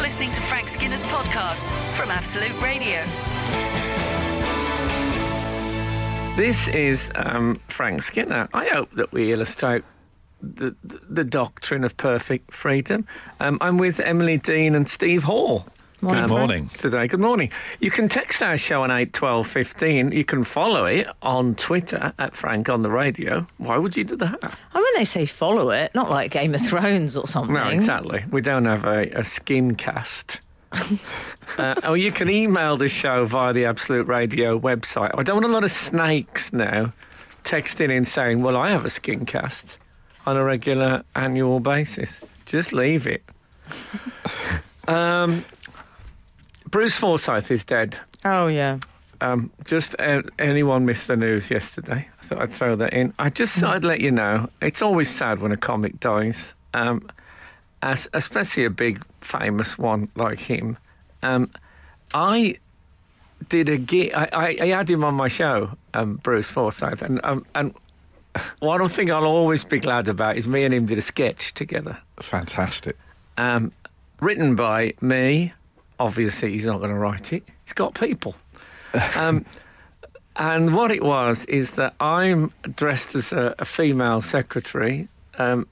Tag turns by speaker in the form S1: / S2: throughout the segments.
S1: listening to Frank Skinner's podcast from Absolute Radio.
S2: This is um, Frank Skinner. I hope that we illustrate the, the doctrine of perfect freedom. Um, I'm with Emily Dean and Steve Hall.
S3: Good
S2: um,
S3: morning.
S2: Today, good morning. You can text our show on 81215. You can follow it on Twitter at Frank on the Radio. Why would you do that?
S4: And Oh, when they say follow it, not like Game of Thrones or something.
S2: No, exactly. We don't have a, a skin cast. uh, or you can email the show via the Absolute Radio website. I don't want a lot of snakes now texting in saying, Well, I have a skin cast on a regular annual basis. Just leave it. um, Bruce Forsyth is dead.
S4: Oh, yeah.
S2: Um, just uh, anyone missed the news yesterday? I thought I'd throw that in. I just thought I'd let you know. It's always sad when a comic dies, um, as, especially a big famous one like him. Um, I did a gig. I, I, I had him on my show, um, Bruce Forsyth, and um, and one thing I'll always be glad about is me and him did a sketch together
S3: Fantastic.
S2: um, written by me. Obviously, he's not going to write it. He's got people. Um, and what it was is that I'm dressed as a, a female secretary. Um,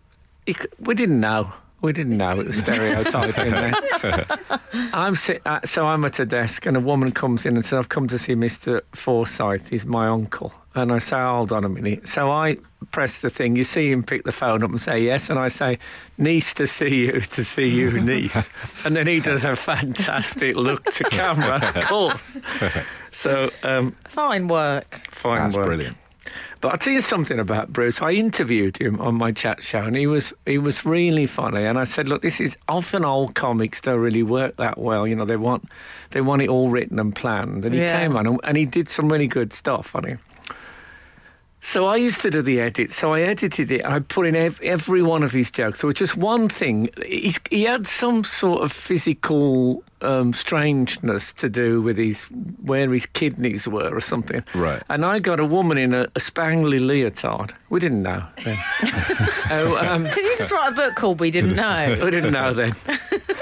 S2: he c- we didn't know. We didn't know it was stereotyping. then. I'm sit- uh, so I'm at a desk, and a woman comes in and says, "I've come to see Mr. Forsyth. He's my uncle." And I say, "Hold on a minute." So I press the thing. You see him pick the phone up and say yes, and I say, "Niece to see you, to see you, niece." and then he does a fantastic look to camera, of course. So um,
S4: Fine work.
S2: fine
S3: That's
S2: work.
S3: brilliant.
S2: But I'll tell you something about Bruce. I interviewed him on my chat show and he was he was really funny and I said, Look, this is often old comics don't really work that well. You know, they want they want it all written and planned. And he
S4: Yeah.
S2: came on and, and he did some really good stuff on him. So I used to do the edit. So I edited it. and I put in ev- every one of his jokes. There was just one thing. He's, he had some sort of physical um, strangeness to do with his where his kidneys were or something.
S3: Right.
S2: And I got a woman in a, a spangly leotard. We didn't know then. oh, um,
S4: Can you just write a book called We Didn't Know?
S2: we didn't know then.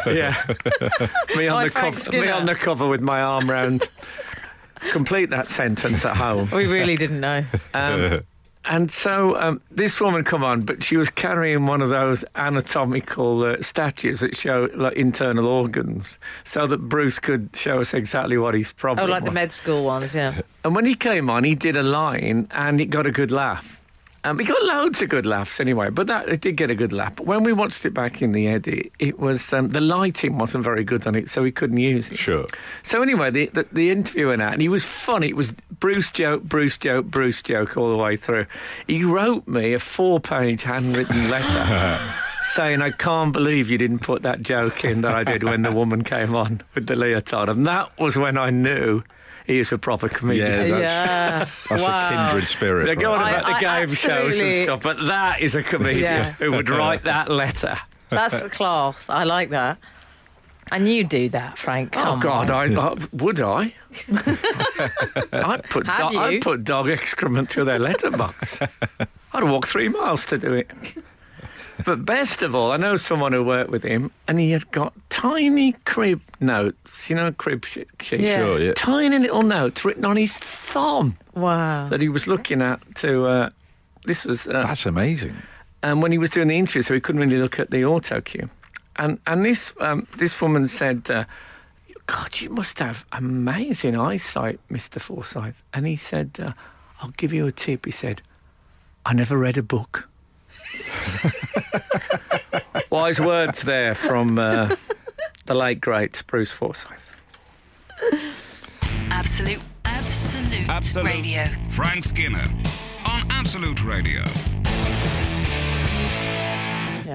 S2: yeah. Me on,
S4: By
S2: the
S4: Frank
S2: cover, me
S4: Skinner.
S2: on the cover with my arm round. Complete that sentence at home.
S4: We really didn't know.
S2: Um, and so um, this woman come on, but she was carrying one of those anatomical uh, statues that show like, internal organs, so that Bruce could show us exactly what his
S4: Oh,
S2: problem.
S4: like the
S2: was.
S4: med school ones, yeah.
S2: And when he came on, he did a line and it got a good laugh. Um, he got loads of good laughs anyway, but that it did get a good laugh. But when we watched it back in the edit, it was um, the lighting wasn't very good on it, so we couldn't use it.
S3: Sure.
S2: So anyway, the the, the interviewer now, and he was funny. It was Bruce joke, Bruce joke, Bruce joke all the way through. He wrote me a four-page handwritten letter. Saying, I can't believe you didn't put that joke in that I did when the woman came on with the leotard. And that was when I knew he is a proper comedian.
S3: Yeah, that's,
S4: yeah.
S3: that's
S4: wow.
S3: a kindred spirit.
S2: They're going
S3: right
S2: about the
S4: I- I
S2: game shows and
S4: absolutely-
S2: stuff, but that is a comedian
S4: Yeah.
S2: who would write that letter.
S4: That's the class. I like that. And you do that, Frank. Come
S2: oh God,
S4: on.
S2: I, I would I? I'd put do-
S4: Have you?
S2: I'd put dog excrement through their letterbox. I'd walk three miles to do it. But best of all, I know someone who worked with him, and he had got tiny crib notes. You know, crib sh- sheets.
S4: Yeah.
S3: Sure, yeah.
S2: Tiny little notes written on his thumb
S4: Wow.
S2: that he was looking at to. Uh, this was uh,
S3: That's amazing.
S2: um, when he was doing the interview, so he couldn't really look at the auto cue. And and this um, this woman said, uh, "God, you must have amazing eyesight, Mister Forsyth." And he said, uh, "I'll give you a tip." He said, "I never read a book." Wise words there from uh, the late great Bruce Forsyth.
S1: Absolute, absolute,
S5: Absolute.
S1: radio.
S5: Frank Skinner on Absolute Radio.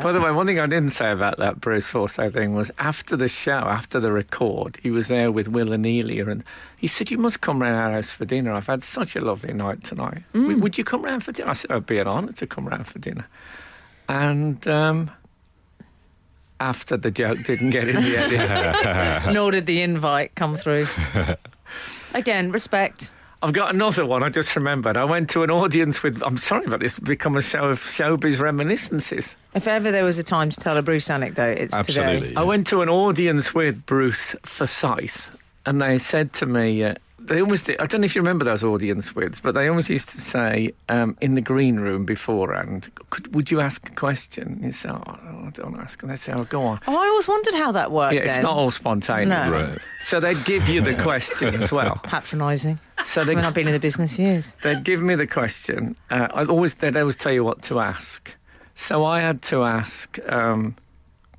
S2: By the way, one thing I didn't say about that Bruce Forsyth thing was after the show, after the record, he was there with Will and Elia, and he said, "You must come round our house for dinner. I've had such a lovely night tonight. W- Would you come round for dinner?" I said, "It'd be an honour to come round for dinner." And um, after the joke didn't get in the edit,
S4: Nor did the invite come through. Again, respect.
S2: I've got another one I just remembered. I went to an audience with. I'm sorry, but this has become a show of showbiz reminiscences.
S4: If ever there was a time to tell a Bruce anecdote, it's
S3: Absolutely.
S4: today.
S3: yeah.
S2: I went to an audience with Bruce Forsyth, and they said to me, uh, they always did, I don't know if you remember those audience widths, but they always used to say um, in the green room beforehand, Could, would you ask a question? You say, oh, I don't want to ask. And they say, oh, go on.
S4: Oh, I always wondered how that worked.
S2: Yeah, it's
S4: then.
S2: not all spontaneous.
S4: No.
S3: Right.
S2: So they'd give you the question as well.
S4: patronising.
S2: So
S4: I
S2: they,
S4: mean, I've been in the business years.
S2: they'd give me the question. Uh, I always they'd always tell you what to ask. So I had to ask, um,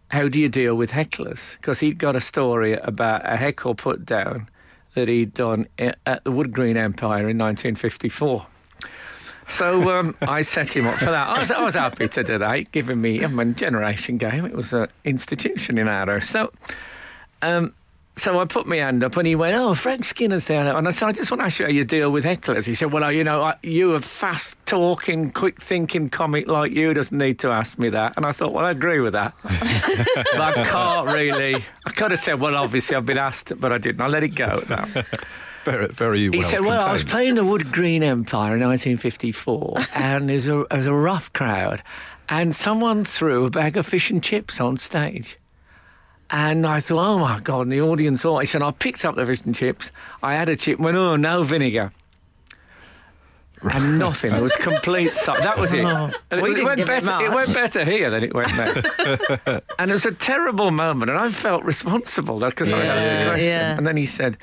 S2: how do you deal with hecklers? Because he'd got a story about a heckle put down that he'd done i- at the Wood Green Empire in 1954. So um, I set him up for that. I was, I was happy to do that, giving me I mean, generation game. It was an institution in our house. So. Um, so I put my hand up and he went, Oh, Frank Skinner's there. And I said, I just want to ask you how you deal with hecklers. He said, Well, I- you know, I, you a fast talking, quick thinking comic like you doesn't need to ask me that. And I thought, Well, I agree with that. but I can't really. I could have said, Well, obviously I've been asked, but I didn't. I let it go at that.
S3: Very, very well
S2: He said, "Well, I was
S3: contained.
S2: playing the Wood Green Empire in 1954, and there's a there's a rough crowd, and someone threw a bag of fish and chips on stage." And I thought, oh my God, and the audience saw it. And I picked up the fish and chips. I had a chip, went, oh, no vinegar. And nothing. It was complete. Su- that was it.
S3: Oh.
S2: And it,
S4: we
S2: was- it
S4: didn't
S2: went
S4: give it
S2: better, it
S4: much.
S2: went better here than it went there. and it was a terrible moment. And I felt responsible because I asked the
S4: Yeah,
S2: question.
S4: yeah.
S2: And then he said,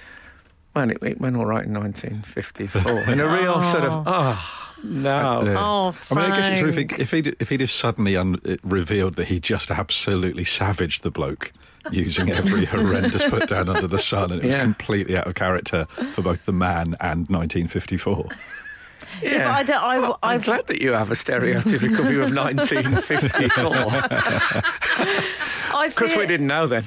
S2: well, it, it went all right in 1954. In a real sort of, oh, no.
S3: Yeah.
S4: Oh,
S3: I mean, I guess it's true if he
S4: Frank.
S3: if he'd, if he'd have suddenly un- it revealed that he just absolutely savaged the bloke using every horrendous put down under the sun, and it was
S2: Yeah.
S3: completely out of character for both the man and 1954.
S2: yeah.
S4: but I don't- I-
S2: Well, I'm
S4: I've-
S2: glad that you have a stereotypical view of 1954.
S4: I
S2: Because we
S4: fear-
S2: didn't know then.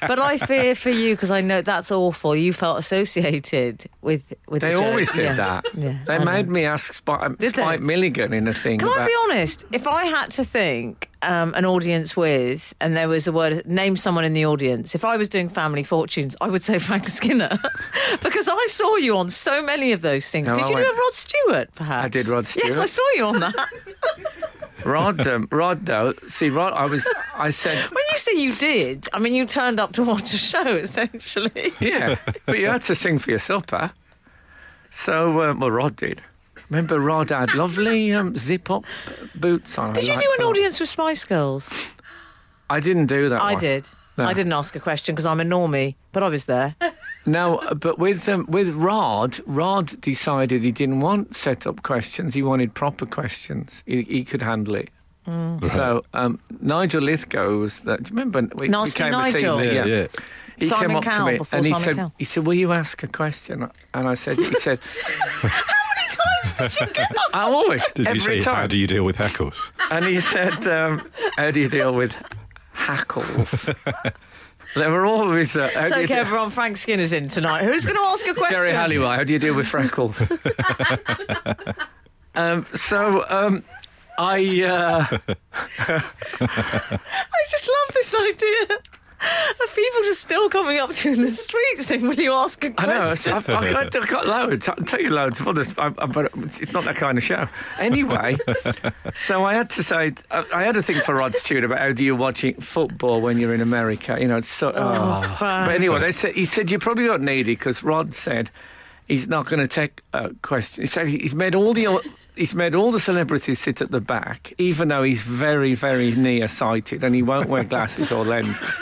S4: but I fear for you because I know that's awful. You felt associated with with.
S2: They
S4: the joke.
S2: always did
S4: Yeah.
S2: that.
S4: Yeah,
S2: They
S4: I know.
S2: made me ask Spike,
S4: Did they?
S2: Spike Milligan in a thing.
S4: Can
S2: about,
S4: I be honest? If I had to think um, an audience with, and there was a word, name someone in the audience. If I was doing Family Fortunes, I would say Frank Skinner because I saw you on so many of those things.
S2: No,
S4: did
S2: I
S4: you do
S2: went-
S4: a Rod Stewart? Perhaps
S2: I did Rod
S4: Yes, I
S2: Stewart.
S4: saw you on that.
S2: Rod, um, Rod, though, see, Rod, I was, I said,
S4: when you say you did, I mean you turned up to watch a show essentially.
S2: yeah, but you had to sing for your supper. So, um, well, Rod did. Remember, Rod had lovely um, zip-up boots on. I
S4: Did you
S2: liked
S4: do an
S2: that.
S4: audience with Spice Girls?
S2: I didn't do that.
S4: I
S2: one.
S4: did.
S2: No.
S4: I didn't ask a question because I'm a normie, but I was there.
S2: No, but with um, with Rod, Rod decided he didn't want set-up questions. He wanted proper questions. He, he could handle it.
S3: Mm.
S2: So um, Nigel Lithgow was that. Do you remember? We
S4: Nasty
S2: became
S4: Nigel.
S2: A TV,
S3: Yeah, yeah.
S2: He
S4: Simon
S2: came up
S4: Cowell
S2: to me
S4: before
S2: and he
S4: Simon
S2: said,
S4: Cowell.
S2: "He said, will you ask a question?" And I said, "He said,
S4: How many times did you go?
S2: I always
S3: Did
S2: every
S3: you say
S2: time."
S3: how do you deal with heckles?
S2: and he said, um, "How do you deal with hackles?" they were always. Uh, how do you
S4: Take
S2: de-
S4: everyone Frank Skinner's in tonight. Who's going to ask a question?
S2: Jerry Halliwell, how do you deal with freckles? um, so um, I uh,
S4: I just love this idea of people just still coming up to you in the street saying, "Will you ask a
S2: I
S4: question?"
S2: know I've, I've, got, I've got loads. I'll tell you loads of others, I, I, but it's it's not that kind of show. Anyway, so I had to say I, I had a thing for Rod Stewart about how do you watch it- football when you're in America? You know, it's so. Oh,
S4: Frank.
S2: But anyway, they said, he said you probably got needy because Rod said he's not going to take a question. He said he's made all the he's made all the celebrities sit at the back, even though he's very very near sighted and he won't wear glasses or lenses.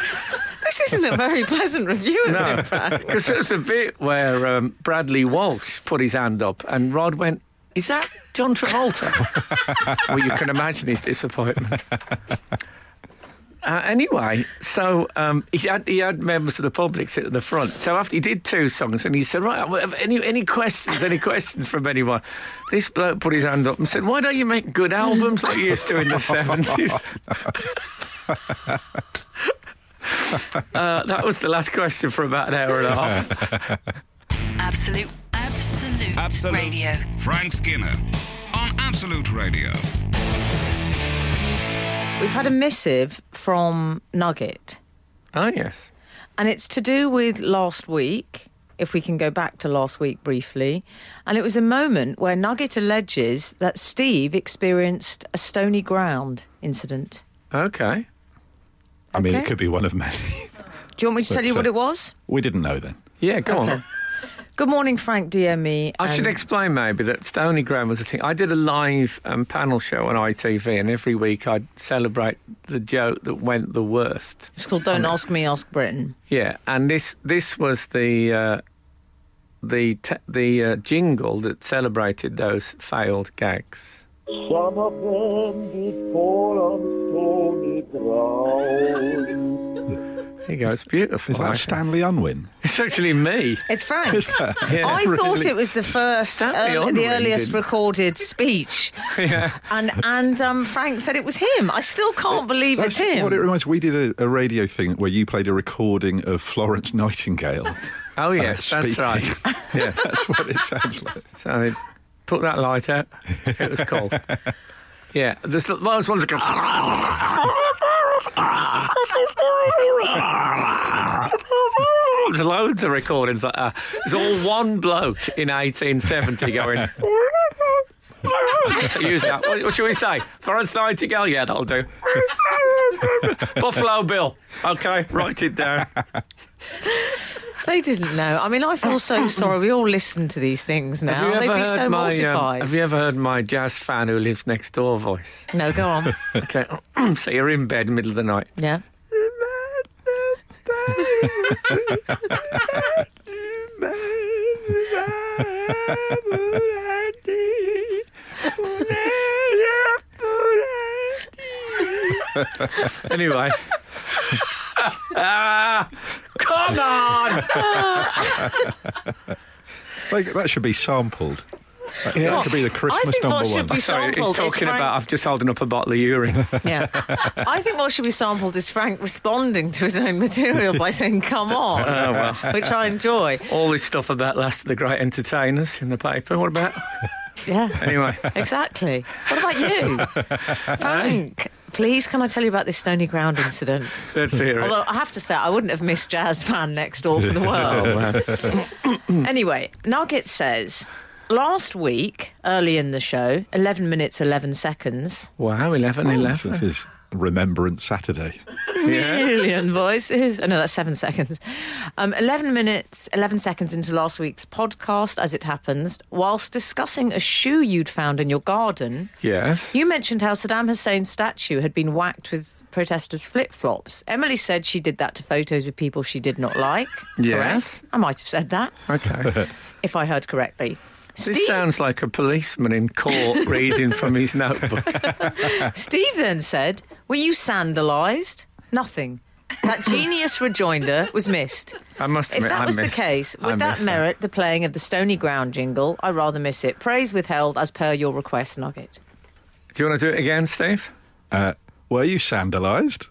S4: This isn't a very pleasant review of
S2: No,
S4: him, Frank.
S2: because there was a bit where um, Bradley Walsh put his hand up and Rod went. Is that John Travolta? well, you can imagine his disappointment. Uh, anyway, so um, he, had, he had members of the public sit at the front. So after he did two songs, and he said, "Right, well, have any any questions? Any questions from anyone?" This bloke put his hand up and said, "Why don't you make good albums like you used to in the 70s? Uh, that was the last question for about an hour and a half.
S1: Absolute, absolute,
S5: Absolute.
S1: radio.
S5: Frank Skinner on Absolute Radio.
S4: We've had a missive from Nugget,
S2: oh yes,
S4: and it's to do with last week if we can go back to last week briefly. And it was a moment where Nugget alleges that Steve experienced a stony ground incident.
S2: Okay.
S3: I mean,
S4: Okay.
S3: it could be one of many.
S4: Do you want me to tell you
S3: so-
S4: what it was?
S3: we didn't know then.
S2: Yeah, uh, go
S4: Okay. um,
S2: on.
S4: Good morning, Frank DME.
S2: I should
S4: and-
S2: explain maybe that Stony Ground was a thing. I did a live um, panel show on ITV, and every week I'd celebrate the joke that went the worst.
S4: It's called Don't Ask Me, Ask Britain.
S2: Yeah, and this this was the uh, the te- the uh, jingle that celebrated those failed gags.
S6: Some of them did fall on stony ground.
S2: There you go. It's beautiful.
S3: Is
S2: I
S3: that
S2: think.
S3: Stanley Unwin?
S2: It's actually me.
S4: It's Frank.
S2: Yeah.
S4: I thought
S3: really?
S4: it was the first,
S2: Stanley
S4: earl- the
S2: Unwin
S4: earliest
S2: didn't.
S4: recorded speech,
S2: yeah.
S4: and and um, Frank said it was him. I still can't believe
S3: That's
S4: it's him.
S3: what it reminds. We did a, a radio thing where you played a recording of Florence Nightingale.
S2: Oh yes,
S3: Uh,
S2: that's
S3: speaking.
S2: right. Yeah.
S3: That's what it sounds like.
S2: So I put that light out. It was cold. Yeah, there's those ones that go. There's loads of recordings like that. There's all one bloke in 1870 going. So use that. What, what should we say? Florence Nightingale? Yeah, that'll do. Buffalo Bill. Okay, write it down.
S4: They didn't know. I mean, I feel so sorry. We all listen to these things now.
S2: Have you
S4: They'd
S2: ever
S4: be
S2: heard
S4: so
S2: my? um,
S4: mortified.
S2: have you ever heard my jazz fan who lives next door voice?
S4: No, go on.
S2: Okay, so you're in bed middle of the night.
S4: Yeah.
S2: anyway. Ah, come on!
S3: Like, that should be sampled. That, that
S2: Yeah.
S3: could be the
S4: I
S3: Christmas
S4: think
S3: number
S4: that
S3: one.
S4: should be
S2: Sorry, he's
S4: sampled.
S2: talking
S4: Frank-
S2: about I've just holding up a bottle of urine.
S4: Yeah. I think what should be sampled is Frank responding to his own material by saying, come on, which I enjoy.
S2: All this stuff about Last of the Great Entertainers in the paper. What about?
S4: Yeah.
S2: Anyway.
S4: Exactly. What about you? Frank, please can I tell you about this Stony Ground incident?
S2: Let's hear it.
S4: Although I have to say, I wouldn't have missed Jazz Fan next door for the world. Anyway, Nugget says last week, early in the show, 11 minutes, 11 seconds,
S2: Wow, 11
S4: Oh,
S2: 11.
S3: This is Remembrance Saturday.
S2: Yeah.
S4: million voices. Oh, no, that's seven seconds. Um, 11 minutes, 11 seconds into last week's podcast, as it happens, whilst discussing a shoe you'd found in your garden.
S2: Yes.
S4: You mentioned how Saddam Hussein's statue had been whacked with protesters' flip flops. Emily said she did that to photos of people she did not like.
S2: Yes.
S4: Correct? I might have said that,
S2: Okay.
S4: if I heard correctly.
S2: This sounds like a policeman in court reading from his notebook.
S4: Steve then said, Were you sandalised? Nothing. That genius rejoinder was missed.
S2: I must
S4: If
S2: admit,
S4: that
S2: I
S4: was
S2: missed-
S4: the case,
S2: I
S4: would that
S2: missed
S4: merit the playing of the Stony Ground jingle? I rather miss it. Praise withheld as per your request, Nugget.
S2: Do you want to do it again, Steve?
S3: Uh, were you sandalised?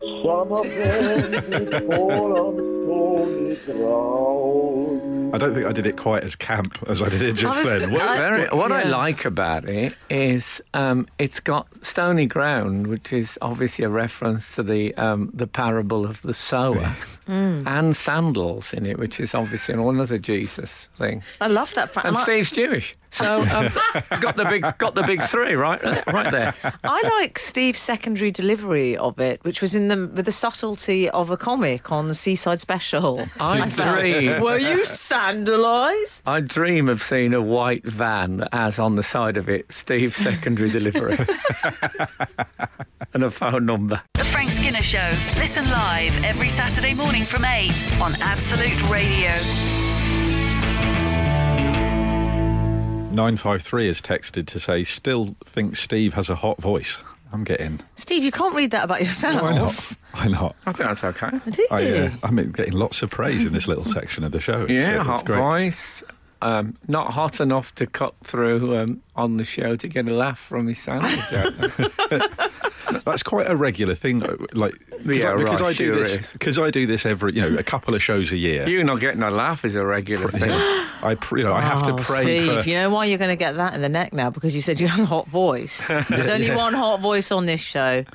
S6: Some of them did fall on stony ground.
S3: I don't think I did it quite as camp as I did it just
S4: was-
S3: then. What-
S4: I-
S2: Very, what I
S4: yeah.
S2: like about it is um, it's got stony ground, which is obviously a reference to the um, the parable of the sower,
S4: Mm.
S2: and sandals in it, which is obviously another Jesus thing.
S4: I love that. Fa-
S2: And
S4: I-
S2: Steve's Jewish, so um, got the big got the big three right right there.
S4: I like Steve's secondary delivery of it, which was in the with the subtlety of a comic on the Seaside Special.
S2: I
S4: felt,
S2: dream.
S4: Were you sandalised?
S2: I dream of seeing a white van that has on the side of it Steve's secondary delivery and a phone number.
S1: The Frank Skinner Show. Listen live every Saturday morning from 8 on Absolute Radio.
S3: 953 is texted to say, still think Steve has a hot voice. I'm getting.
S4: Steve, you can't read that about yourself.
S3: Why not? Why not?
S2: I think that's okay.
S4: Do you?
S3: I, uh, I'm getting lots of praise in this little section of the show. It's, uh,
S2: Yeah,
S3: it's
S2: hot
S3: great.
S2: voice. Um, not hot enough to cut through um, on the show to get a laugh from his sandwich.
S3: That's quite a regular thing, though, like 'cause
S2: Yeah,
S3: I, because
S2: right,
S3: I do
S2: sure
S3: this
S2: is.
S3: because I do this every you know a couple of shows a year.
S2: you not getting a laugh is a regular
S3: You
S2: thing.
S3: know, I pr- you know I have to
S4: Oh,
S3: pray
S4: Steve,
S3: for.
S4: you know why you're going to get that in the neck now? Because you said you had a hot voice. There's only one hot voice on this show.
S2: And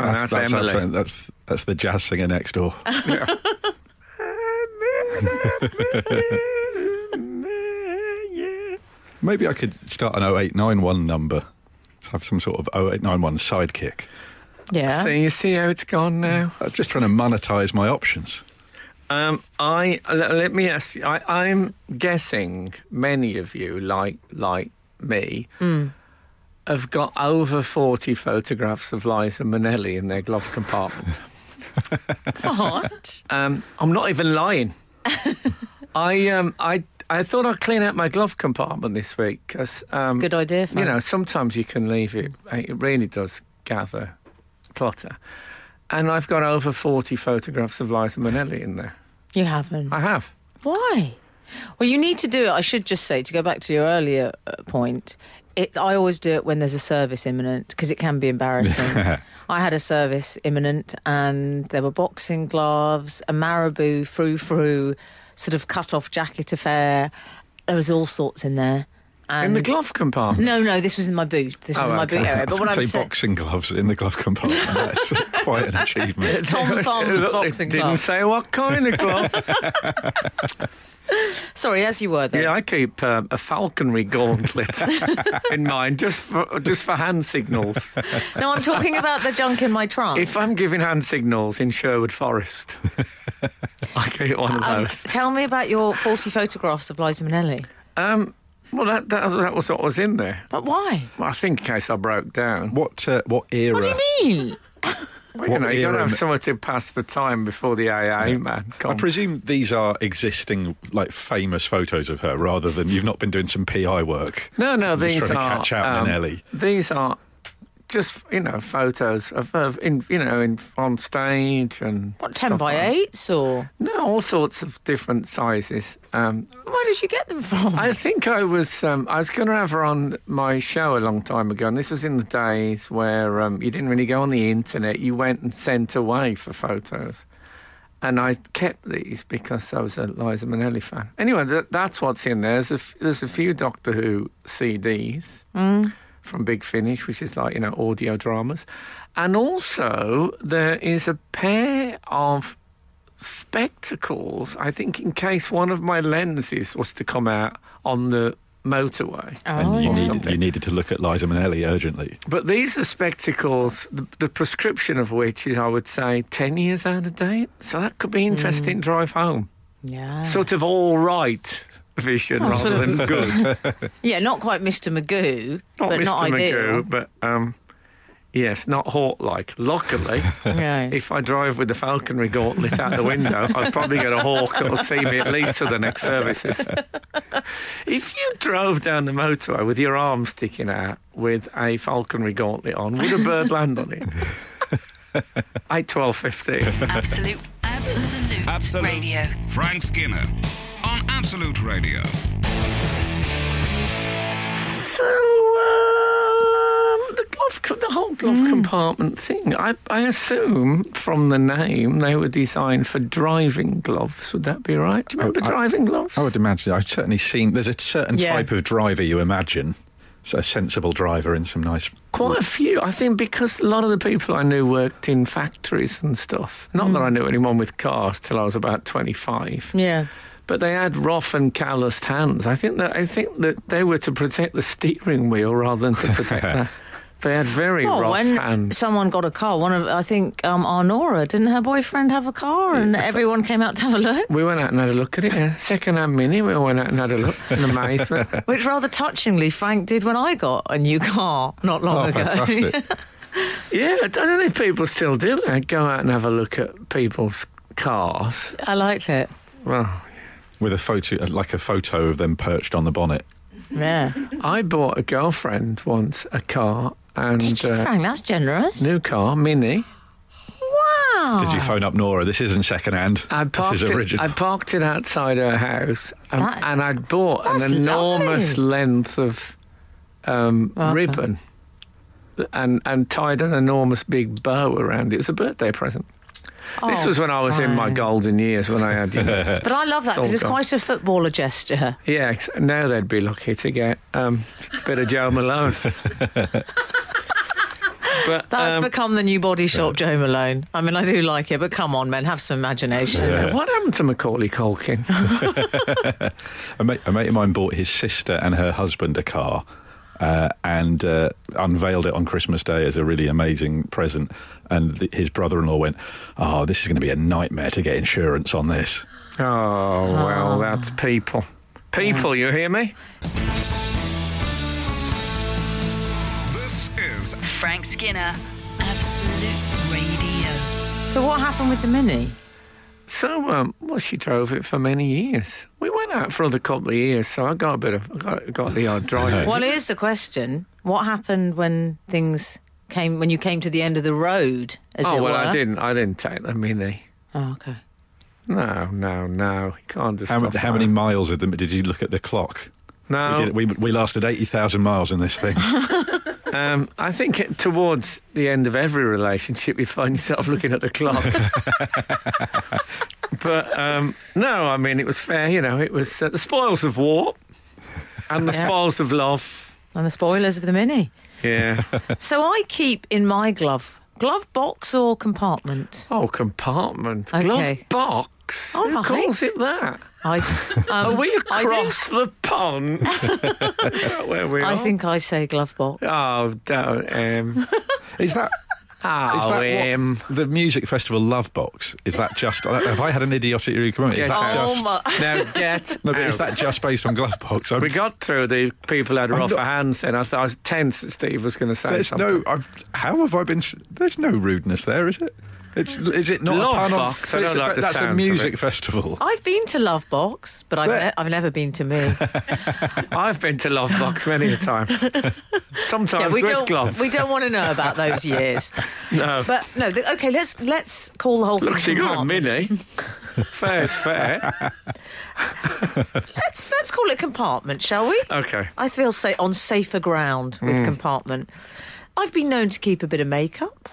S2: Oh, that's,
S3: that's,
S2: Emily.
S3: absolute- that's that's the jazz singer next door. Maybe I could start an 0891 number. Let's have some sort of 0891 sidekick.
S4: Yeah.
S2: So you see how it's gone now.
S3: I'm just trying to monetize my options.
S2: Um, I l- let me ask. you- I, I'm guessing many of you, like like me,
S4: Mm.
S2: have got over forty photographs of Liza Minnelli in their glove compartment.
S4: What?
S2: Um, I'm not even lying. I um I I thought I'd clean out my glove compartment this week 'cause, um,
S4: Good idea,
S2: You
S4: Frank.
S2: know, sometimes you can leave it. It really does gather clutter. And I've got over forty photographs of Liza Minnelli in there.
S4: You haven't.
S2: I have.
S4: Why? Well, you need to do it. I should just say to go back to your earlier uh, point. It, I always do it when there's a service imminent because it can be embarrassing. I had a service imminent, and there were boxing gloves, a marabou frou frou sort of cut off jacket affair. There was all sorts in there. And
S2: In the glove compartment.
S4: No, no, this was in my boot. This was
S2: Oh,
S4: in my
S2: okay.
S4: boot
S3: I
S4: area. But
S3: was
S4: what
S3: gonna
S4: I'm
S3: say
S4: saying,
S3: boxing gloves in the glove compartment. That's quite an achievement.
S4: Tom Farmer's
S2: Look,
S4: boxing
S2: it didn't
S4: glove.
S2: say what kind of gloves.
S4: sorry, as you were there.
S2: yeah, I keep um, a falconry gauntlet in mind just for, just for hand signals.
S4: No, I'm talking about the junk in my trunk.
S2: If I'm giving hand signals in Sherwood Forest, I get one of
S4: Um,
S2: those.
S4: tell me about your 40 photographs of Liza Minnelli.
S2: Um, well, that, that, was- that was what was in there.
S4: But why?
S2: Well, I think in case I broke down.
S3: What uh, what era?
S4: What do you mean?
S2: Well, you
S3: What
S2: know, you got to
S3: era
S2: have
S3: ma-
S2: somewhere to pass the time before the AA man
S3: I
S2: comes.
S3: presume these are existing, like famous photos of her, rather than you've not been doing some PI work.
S2: no, no,
S3: I'm just
S2: these
S3: trying to
S2: are um,
S3: catch out Minnelli.
S2: These are just you know photos of her in you know in on stage and
S4: What, 10
S2: stuff
S4: by
S2: like-
S4: 8s or?
S2: No, all sorts of different sizes. Um,
S4: Where did you get them from?
S2: I think I was um, I was going to have her on my show a long time ago, and this was in the days where um, you didn't really go on the internet. You went and sent away for photos, and I kept these because I was a Liza Minnelli fan. Anyway, th- that's what's in there. There's a, f- there's a few Doctor Who CDs from Big Finish, which is like you know audio dramas, and also there is a pair of spectacles. I think in case one of my lenses was to come out on the motorway.
S4: Oh,
S3: and you,
S2: yeah.
S3: need,
S2: Something.
S3: you needed to look at Liza Minnelli urgently.
S2: But these are spectacles, the, the prescription of which is, I would say, 10 years out of date. So that could be interesting drive home.
S4: Hmm. yeah.
S2: Sort of all right vision rather
S4: sort of-
S2: than good.
S4: yeah, not quite Mr. Magoo,
S2: Not
S4: but
S2: Mr.
S4: not ideal.
S2: Magoo, but um, yes, not Hawk like. Luckily,
S4: No.
S2: if I drive with the falconry gauntlet out the window, I'd probably get a hawk that'll see me at least to the next services. if you drove down the motorway with your arm sticking out with a falconry gauntlet on, would a bird land on it? 8, 12, 15.
S1: Absolute, absolute,
S5: Absolute.
S1: radio.
S5: Frank Skinner on Absolute Radio.
S2: So um, the glove, co- the whole glove compartment thing. I, I assume from the name they were designed for driving gloves. Would that be right? Do you remember
S3: Oh, I-
S2: driving gloves?
S3: I would imagine. I've certainly seen. There's a certain
S4: Yeah.
S3: type of driver you imagine, so a sensible driver in some nice.
S2: Quite a few. I think because a lot of the people I knew worked in factories and stuff. Not that I knew anyone with cars till I was about 25,
S4: Mm. Yeah.
S2: but they had rough and calloused hands. I think that I think that they were to protect the steering wheel rather than to protect the They had very
S4: Well,
S2: rough
S4: Oh, when
S2: hands.
S4: someone got a car, one of I think um, Arnora didn't her boyfriend have a car, and everyone came out to have a look,
S2: We went out and had a look at it. Yeah. Second hand mini, we went out and had a look in amazement.
S4: which rather touchingly Frank did when I got a new car not long
S3: Oh,
S4: ago.
S3: fantastic!
S2: yeah, I don't know if people still do that. Go out and have a look at people's cars.
S4: I liked it.
S2: Well,
S3: With a photo, like a photo of them perched on the bonnet.
S4: Yeah.
S2: I bought a girlfriend once a car and
S4: Did you,
S2: uh,
S4: Frank? That's generous.
S2: new car, Mini.
S4: Wow.
S3: Did you phone up Nora? This isn't secondhand.
S2: Oh. I parked,
S3: this is
S2: it,
S3: original.
S2: I parked it outside her house and,
S4: That's-
S2: and I'd bought an
S4: that's
S2: enormous
S4: lovely.
S2: length of um,
S4: Okay.
S2: ribbon and, and tied an enormous big bow around it. It was a birthday present. this
S4: Oh,
S2: was when I was in my
S4: Frank.
S2: golden years when I had, you know,
S4: But I love that because
S2: Sold
S4: it's
S2: on.
S4: quite a footballer gesture.
S2: Yeah, ex- now they'd be lucky to get um, a bit of Joe Malone. But
S4: That's
S2: um,
S4: become the new body shop, Joe Malone. I mean, I do like it, but come on, men, have some imagination.
S3: Yeah.
S2: what happened to Macaulay Culkin?
S3: A mate, a mate of mine bought his sister and her husband a car uh, and uh, unveiled it on Christmas Day as a really amazing present. And th- his brother in law went, Oh, this is going to be a nightmare to get insurance on this.
S2: Oh, well, that's people. People, you hear me?
S5: This is
S1: Frank Skinner, Absolute Radio.
S4: So, what happened with the mini?
S2: So, um, well, she drove it for many years. We went out for another couple of years, so I got a bit of, I got, got the odd driving.
S4: Well, here's the question: What happened when things came when you came to the end of the road? As
S2: oh
S4: it
S2: well, I
S4: were?
S2: didn't. I didn't take the mini.
S4: Oh, okay.
S2: No, no, no. You can't just.
S3: How, mu-
S2: stop
S3: how
S2: that.
S3: many miles of them did you look at the clock?
S2: No,
S3: We, did, we, we lasted 80,000 miles in this thing.
S2: Um, I think it, towards the end of every relationship, you find yourself looking at the clock. but um, no, I mean, it was fair, you know, it was uh, the spoils of war and the
S4: Yeah.
S2: spoils of love.
S4: And the spoilers of the mini.
S2: Yeah.
S4: So I keep in my glove glove box or compartment.
S2: Oh, compartment. Glove
S4: Okay.
S2: box.
S4: All
S2: Who
S4: right.
S2: calls it that?
S4: I um,
S2: Are we
S4: I don't-
S2: across the pond? Is that where we
S4: I
S2: are?
S4: think I say glove box.
S2: Oh, don't, Em.
S3: Is that.
S2: Oh,
S3: Is that what-
S2: Em.
S3: the music festival Love Box? Is that just? Have I had an idiotic eureka moment? Is
S2: Get
S3: that
S2: out.
S3: just?
S4: Oh, my!
S2: Now get
S3: No, but is
S2: out.
S3: that just based on Glove Box? I'm
S2: We got through the people that are
S3: I'm
S2: off
S3: not-
S2: our hands then. I, thought I was tense that Steve was going to say
S3: There's
S2: something.
S3: no. I've, how have I been? s- There's no rudeness there, is it? It's is it not
S2: Love
S3: a pun on-
S2: Box, I
S3: it's
S2: don't
S3: a-
S2: like the
S3: that's
S2: sounds
S3: a
S2: of
S3: music
S2: it.
S3: festival.
S4: I've been to Love Box, but I've,
S3: There-
S4: ne- I've never been to me.
S2: I've been to Love Box many a time. Sometimes
S4: we
S2: with
S4: don't
S2: gloves.
S4: we don't want to know about those years.
S2: No.
S4: But no, the, okay, let's let's call the whole
S2: Look, she
S4: thing
S2: got a
S4: compartment.
S2: mini. Fair's fair.
S4: Let's let's call it compartment, shall we?
S2: Okay.
S4: I feel sa- on safer ground with
S2: Hmm.
S4: compartment. I've been known to keep a bit of makeup.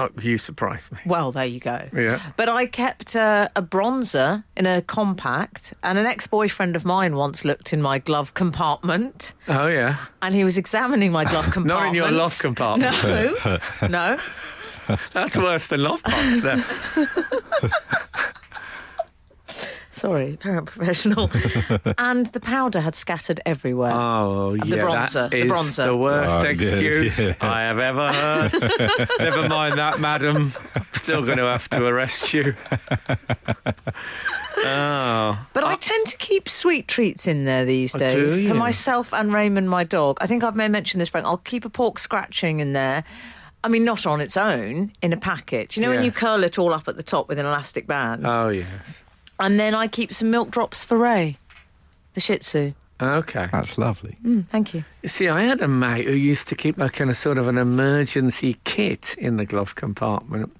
S2: Oh, you surprised me.
S4: Well, there you go.
S2: Yeah.
S4: But I kept uh, a bronzer in a compact, and an ex-boyfriend of mine once looked in my glove compartment,
S2: Oh, yeah.
S4: and he was examining my glove compartment.
S2: Not in your love compartment.
S4: No, no.
S2: That's worse than Love Box then.
S4: Sorry, parent professional. and the powder had scattered everywhere.
S2: Oh,
S4: Of
S2: yeah.
S4: the
S2: that
S4: bronzer, the
S2: is
S4: bronzer.
S2: the worst
S3: Oh, yeah,
S2: excuse
S3: yeah.
S2: I have ever heard. Never mind that, madam. I'm still going to have to arrest you. Oh.
S4: But I tend to keep sweet treats in there these
S2: Oh,
S4: days
S2: do you?
S4: for myself and Raymond, my dog. I think I may mention this, Frank. I'll keep a pork scratching in there. I mean, not on its own, in a packet. You know, when
S2: Yeah.
S4: you curl it all up at the top with an elastic band.
S2: Oh, yeah.
S4: and then I keep some milk drops for Ray, the Shih Tzu.
S2: Okay.
S3: That's lovely.
S4: Hmm, Thank you.
S2: You See, I had a mate who used to keep like kind of sort of an emergency kit in the glove compartment,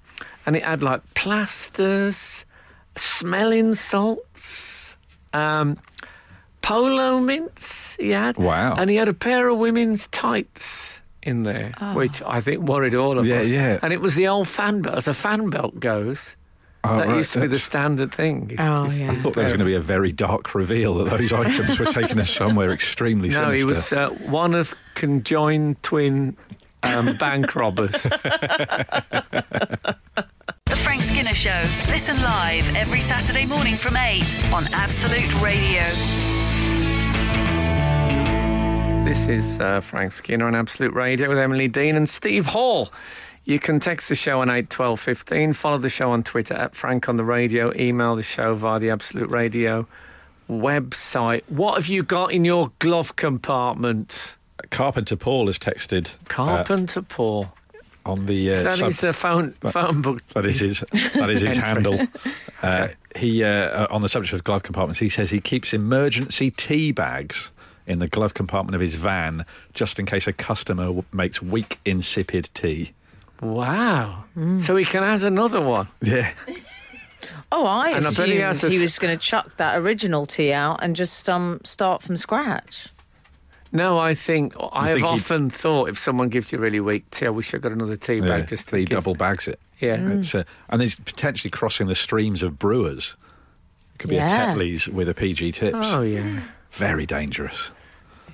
S2: and it had like plasters, smelling salts, um, polo mints. He had
S3: Wow.
S2: and he had a pair of women's tights in there,
S4: Ah.
S2: which I think worried all of
S3: Yeah,
S2: us.
S3: yeah.
S2: And it was the old fan belt, as a fan belt goes.
S3: Oh,
S2: that
S3: right,
S2: used to be the
S3: that's-
S2: standard thing. It's-
S4: Oh,
S2: it's-
S4: yeah.
S3: I thought there was going to be a very dark reveal that those items were taking us somewhere extremely
S2: No,
S3: sinister.
S2: he was uh, one of conjoined twin um, bank robbers.
S1: The Frank Skinner Show. Listen live every Saturday morning from 8 on Absolute Radio.
S2: This is uh, Frank Skinner on Absolute Radio with Emily Dean and Steve Hall. You can text the show on 8 12 15, follow the show on Twitter at Frank on the Radio, email the show via the Absolute Radio website. What have you got in your glove compartment?
S3: Carpenter Paul has texted uh,
S2: uh, Carpenter Paul.
S3: on the. Uh,
S2: Is that
S3: sub-
S2: his uh, phone, phone book?
S3: That is his. That is his
S2: Entry.
S3: handle. Uh, he uh, on the subject of glove compartments. He says he keeps emergency tea bags in the glove compartment of his van, just in case a customer w- makes weak, insipid tea.
S2: Wow. So he can add another one.
S3: Yeah,
S4: Oh, I
S2: And I bet
S4: assumed
S2: he
S4: he,
S2: has a s-
S4: was going to chuck that original tea out and just um, start from scratch.
S2: No, I think I
S3: think
S2: have
S3: he'd-
S2: often thought if someone gives you really weak tea, I wish I got another tea bag just to
S3: he
S2: give-
S3: double bags it.
S2: Yeah.
S4: Mm.
S3: It's, uh, and he's potentially crossing the streams of brewers. It could be
S4: Yeah.
S3: a Tetley's with a PG tips.
S2: Oh, yeah.
S3: Very dangerous.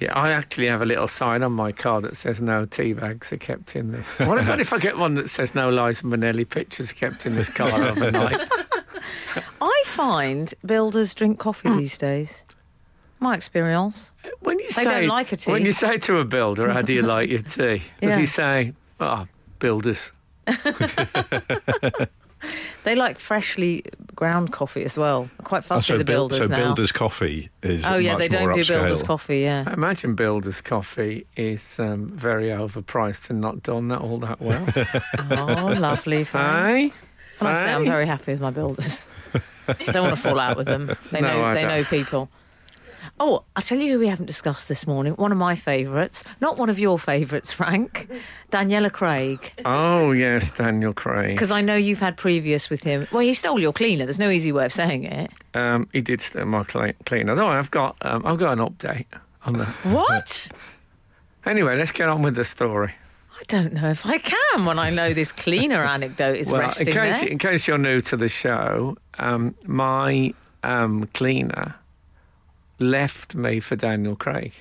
S2: Yeah, I actually have a little sign on my car that says no tea bags are kept in this. What about if I get one that says no Liza Minnelli pictures are kept in this car overnight?
S4: I find builders drink coffee these days. My experience.
S2: When you
S4: They
S2: say
S4: don't like a tea.
S2: when you say to a builder, "How do you like your tea?" Does
S4: Yeah.
S2: he say, "Ah, builders"?
S4: They like freshly ground coffee as well. Quite
S3: Oh,
S4: fussy
S3: so
S4: the
S3: build-
S4: builders
S3: so
S4: now.
S3: builders coffee is
S4: oh yeah,
S3: much
S4: they don't
S3: more
S4: do builders
S3: upscale.
S4: coffee.
S2: I
S4: Yeah,
S2: imagine builders' coffee is um, very overpriced and not done that all that well.
S4: oh lovely.
S2: Aye.
S4: Frank. Honestly, I'm
S2: Aye.
S4: very happy with my builders. don't want to fall out with them. They
S2: No,
S4: know
S2: I
S4: they
S2: don't.
S4: know people. Oh, I tell you who we haven't discussed this morning. One of my favourites, not one of your favourites, Frank. Daniela Craig,
S2: Oh yes, Daniel Craig.
S4: because I know you've had previous with him. Well, he stole your cleaner. There's no easy way of saying it.
S2: Um, he did steal my clean- cleaner. No, I've got um, I've got an update on that.
S4: What?
S2: Anyway, let's get on with the story.
S4: I don't know if I can when I know this cleaner anecdote is resting
S2: in case,
S4: there.
S2: in case you're new to the show, um, my um, cleaner left me for Daniel Craig.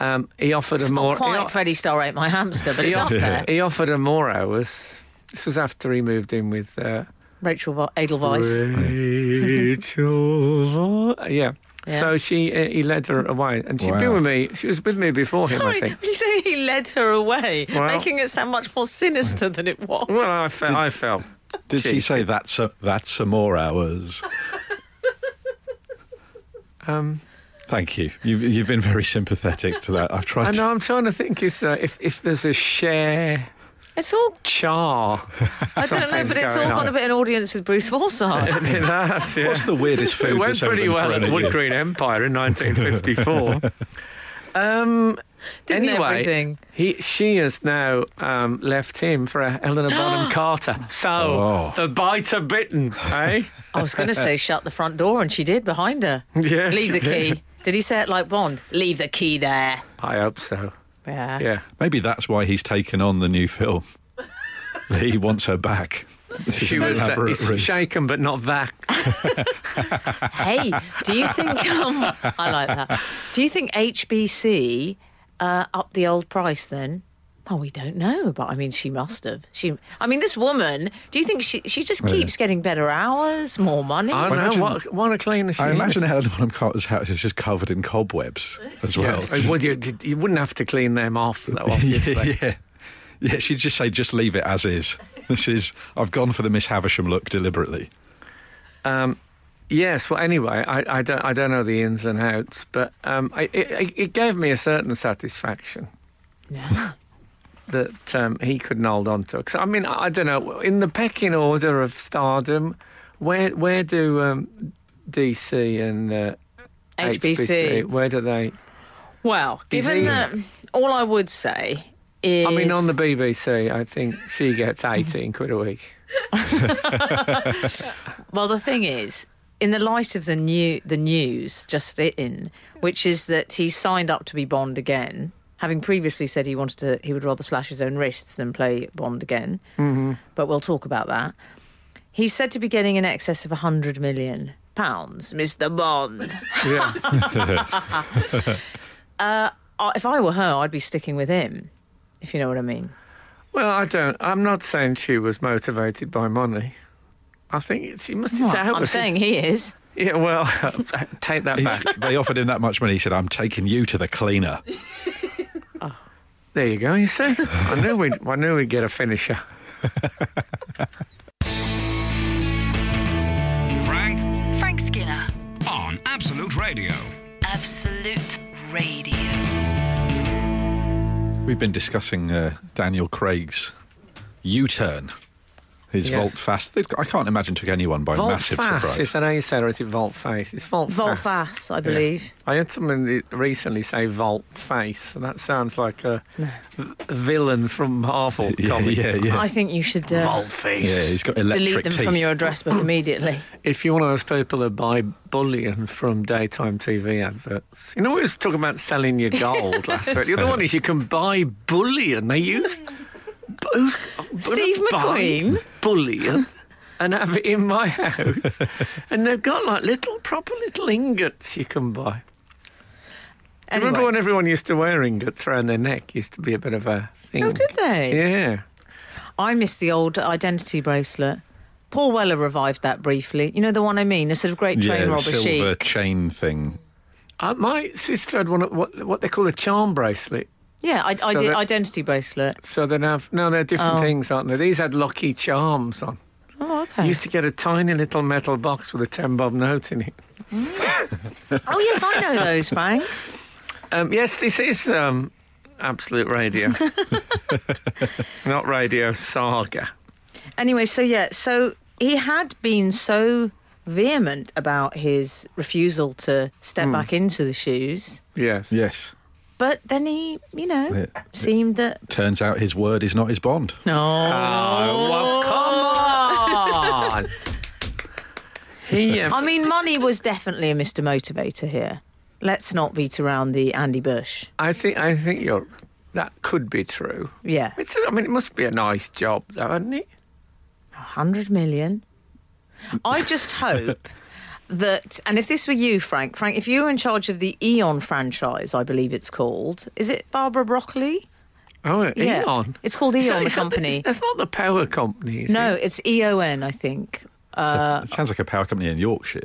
S2: Um, he offered
S4: It's
S2: him more.
S4: not
S2: he,
S4: quite
S2: o-
S4: Freddie Star Ate My Hamster, but
S2: he
S4: it's
S2: o-
S4: up there.
S2: he offered him more hours. This was after he moved in with uh,
S4: Rachel Vo- Edelweiss.
S2: Rachel. Vo- yeah.
S4: Yeah.
S2: So she, uh, he led her away, and she'd been
S3: Wow.
S2: with me. She was with me before him, I
S4: Sorry,
S2: think.
S4: when you say he led her away,
S2: Well-
S4: making it sound much more sinister than it was.
S2: Well, I felt. I felt.
S3: Did she
S2: Cheese.
S3: say that's a, that's some more hours?
S2: Um,
S3: Thank you. You've you've been very sympathetic to that. I've
S2: I
S3: tried.
S2: know. I'm trying to think. Is uh, if if there's a share
S4: It's all,
S2: char
S4: I don't know,
S2: Something's
S4: but it's all
S2: going
S4: got
S2: on.
S4: a bit an audience with Bruce Forsyth.
S2: It has, yeah.
S3: What's the weirdest food
S2: It went
S3: that's ever
S2: pretty
S3: been
S2: well at
S3: thrown
S2: the
S3: at
S2: Wood
S3: you?
S2: Green Empire in 1954. um,
S4: Didn't
S2: anyway,
S4: everything.
S2: he she has now um, left him for a Helena Bonham Carter. So
S3: Oh.
S2: the biter bitten, eh?
S4: I was going to say shut the front door, and she did behind her.
S2: yes,
S4: Leave the key. Did he say it like Bond? Leave the key there.
S2: I hope so.
S4: Yeah.
S2: Yeah,
S3: Maybe that's why he's taken on the new film. he wants her back. This is
S2: she
S3: an
S2: was uh,
S3: elaborate
S2: it's
S3: ruse.
S2: shaken but not vaxxed.
S4: Hey, do you think? Um, I like that. Do you think HBC uh, upped the old price then? Well, we don't know, but I mean, she must have. She, I mean, this woman. Do you think she? She just keeps getting better hours, more money.
S2: I don't
S3: imagine-
S2: know what what a cleaner she
S3: I
S2: is.
S3: imagine Helen Bonham Carter's house is just covered in cobwebs as well.
S2: Uh, would you, did- you wouldn't have to clean them off, though, obviously.
S3: yeah, yeah. Yeah, she'd just say, just leave it as is. This is, I've gone for the Miss Havisham look deliberately.
S2: Yes. Well, anyway, I, I don't I don't know the ins and outs, but um, I, it, it gave me a certain satisfaction
S4: Yeah.
S2: that um, he couldn't hold on to. 'Cause, I mean, I, I don't know in the pecking order of stardom, where where do um, DC and uh,
S4: HBC.
S2: where do they?
S4: Well,
S2: Is
S4: given
S2: he-
S4: that, all I would say is,
S2: I mean, on the BBC, I think she gets eighteen quid a week.
S4: Well, the thing is, in the light of the new the news just in, which is that he signed up to be Bond again, having previously said he wanted to, he would rather slash his own wrists than play Bond again. Mm-hmm. But we'll talk about that. He's said to be getting in excess of hundred million pounds, Mr. Bond.
S2: Yeah.
S4: Uh, if I were her, I'd be sticking with him. If you know what I mean.
S2: Well, I don't. I'm not saying she was motivated by money. I think she must have.
S4: I'm saying he is.
S2: Yeah. Well, take that
S3: He's-
S2: back.
S3: they offered him that much money. He said, I'm taking you to the cleaner.
S2: There you go. You see, I knew we, I knew we'd get a finisher.
S5: Frank
S1: Frank Skinner,
S5: on Absolute Radio.
S1: Absolute Radio.
S3: We've been discussing uh, Daniel Craig's U turn, his
S2: Yes.
S3: Volt Fast. I can't imagine took anyone by
S2: Vault
S3: massive
S2: Fast. Is
S3: surprise.
S2: that how you say it? Or is it Vault Face? It's Vault Face.
S4: Volfas, I believe.
S2: I heard someone re- recently say Vault Face, and that sounds like a v- villain from Marvel
S3: Yeah,
S2: comic.
S3: yeah, yeah.
S4: I think you should uh,
S2: Vault
S3: Yeah,
S2: Face.
S3: he's got electric
S4: delete them
S3: teeth.
S4: from your address book immediately.
S2: If you're one of those people that buy bullion from daytime TV adverts, you know we was talking about selling your gold last week. The other one is you can buy bullion. They use b- who's,
S4: Steve
S2: gonna buy
S4: McQueen?
S2: bullion and have it in my house, and they've got like little proper little ingots you can buy. Do you remember
S4: Anyway.
S2: when everyone used to wear ingots around their neck? Used to be a bit of a thing.
S4: Oh, did they?
S2: Yeah.
S4: I miss the old identity bracelet. Paul Weller revived that briefly. You know the one I mean, the sort of great train
S3: yeah, the
S4: robber
S3: silver
S4: chic.
S3: chain thing.
S2: Uh, my sister had one of what, what they call a charm bracelet.
S4: Yeah, I, I
S2: So
S4: did
S2: that-
S4: identity bracelet.
S2: So they now have, no, they're different
S4: Oh.
S2: things, aren't they? These had lucky charms on.
S4: Oh,
S2: You
S4: okay.
S2: used to get a tiny little metal box with a 10 bob note in it.
S4: Oh yes, I know those, Frank.
S2: Um, yes, this is um, Absolute Radio. Not Radio Saga.
S4: Anyway, so yeah, so he had been so vehement about his refusal to step
S2: Hmm.
S4: back into the shoes,
S2: Yes.
S3: Yes.
S4: but then he, you know,
S3: Yeah.
S4: seemed that
S3: Turns out his word is not his bond.
S4: no.
S2: Oh, well, come on! he, um,
S4: I mean, money was definitely a Mr. Motivator here. Let's not beat around the Andy Bush.
S2: I think, I think you're. That could be true.
S4: Yeah,
S2: It's, I mean, it must be a nice job, though, hasn't it?
S4: hundred million. I just hope that, and if this were you, Frank, Frank, if you were in charge of the Eon franchise, I believe it's called. Is it Barbara Broccoli?
S2: Oh,
S4: Yeah.
S2: Eon.
S4: It's called
S2: Is that-
S4: Eon, the
S2: is that
S4: company.
S2: That's not the power company, is
S4: No,
S2: it?
S4: it's E O N, I think.
S3: it sounds like a power company in Yorkshire.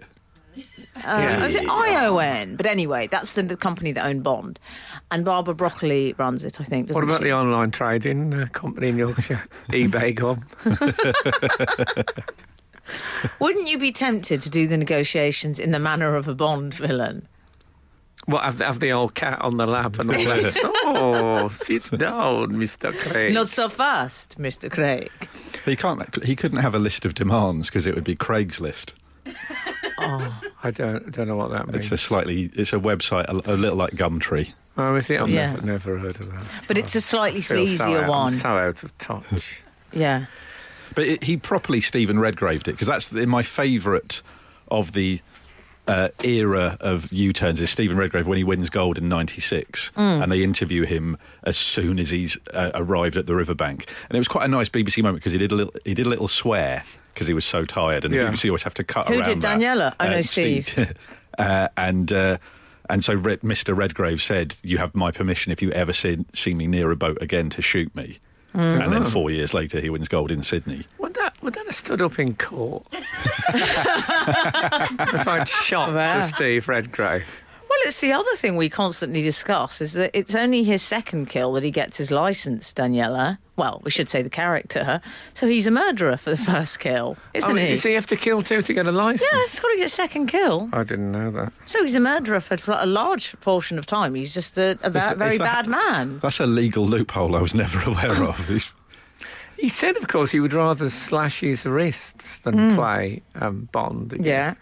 S4: Uh, Is it I O N? But anyway, that's the, the company that owned Bond, and Barbara Broccoli runs it. I think.
S2: What
S4: doesn't
S2: about
S4: she?
S2: the online trading uh, company in Yorkshire? eBay gone.
S4: Wouldn't you be tempted to do the negotiations in the manner of a Bond villain?
S2: What, have, have the old cat on the lap and all that? oh, sit down, Mr. Craig.
S4: Not so fast, Mr. Craig.
S3: He can't. He couldn't have a list of demands because it would be Craigslist.
S2: I don't, don't know what that means.
S3: It's a slightly. It's a website a, a little like Gumtree.
S2: Oh, is it? I've
S4: Yeah.
S2: never, never heard of that.
S4: But it's a slightly
S2: Oh, I feel so out-
S4: sleazier one.
S2: I'm so out of touch.
S4: Yeah.
S3: But it, he properly Stephen Redgraved it because that's the, my favourite of the uh, era of U turns is Stephen Redgrave when he wins gold in '96, and they interview him as soon as he's uh, arrived at the riverbank, and it was quite a nice BBC moment because he did a little he did a little swear because he was so tired, and
S2: Yeah.
S3: the BBC always have to cut
S4: Who
S3: around
S4: did,
S3: that.
S4: Daniela? Oh, no,
S3: uh, and. Uh, and so Red, Mr. Redgrave said, "You have my permission if you ever see, see me near a boat again to shoot me." And
S4: Mm-hmm.
S3: then four years later, he wins gold in Sydney.
S2: Would that, would that have stood up in court? if I'd shot
S4: Wow.
S2: Sir Steve Redgrave.
S4: Well, it's the other thing we constantly discuss is that it's only his second kill that he gets his license, Daniela. Well, we should say the character. So he's a murderer for the first kill, isn't
S2: oh,
S4: he?
S2: Does he have to kill two to get a license?
S4: Yeah, he's got to get a second kill.
S2: I didn't know that.
S4: So he's a murderer for a large portion of time. He's just a, a
S3: Is that-
S4: very
S3: is that-
S4: bad man.
S3: That's a legal loophole I was never aware of. It's-
S2: He said, of course, he would rather slash his wrists than play um, Bond. again.
S4: Mm. Yeah.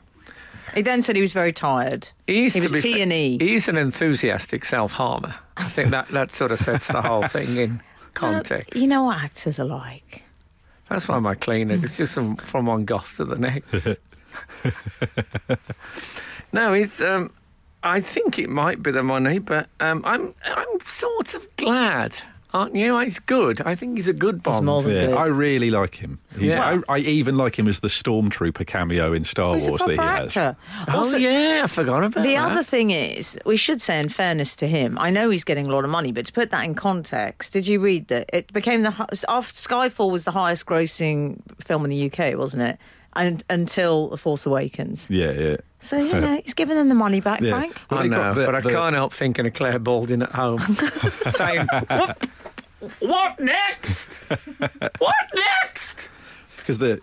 S4: He then said he was very tired.
S2: He, used
S4: He
S2: to
S4: was
S2: be-
S4: T and E.
S2: He's an enthusiastic self-harmer. I think that, that sort of sets the whole thing in context.
S4: Uh, you know what actors are like.
S2: That's why my cleaner. It's just from, from one goth to the next. no, it's. Um, I think it might be the money, but um, I'm I'm sort of glad, aren't you? He's good. I think he's a good Bond.
S4: more than- Good.
S3: I really like him. He's-
S2: Yeah.
S3: I, I even like him as the stormtrooper cameo in Star
S4: He's a
S3: Wars that he
S4: proper
S3: has.
S4: actor.
S2: Oh
S4: Also,
S2: yeah, I forgot about
S4: The
S2: that.
S4: other thing is, we should say, in fairness to him, I know he's getting a lot of money, but to put that in context, did you read that it became the hi- after Skyfall was the highest grossing film in the UK, wasn't it? And until The Force Awakens,
S3: Yeah, yeah.
S4: so you know he's giving them the money back,
S3: Yeah.
S4: Frank.
S3: Well,
S2: I
S3: they got
S2: know,
S3: the-
S2: but I
S3: the-
S2: can't help thinking of Claire Balding at home saying, "What? What next? what next?"
S3: Because the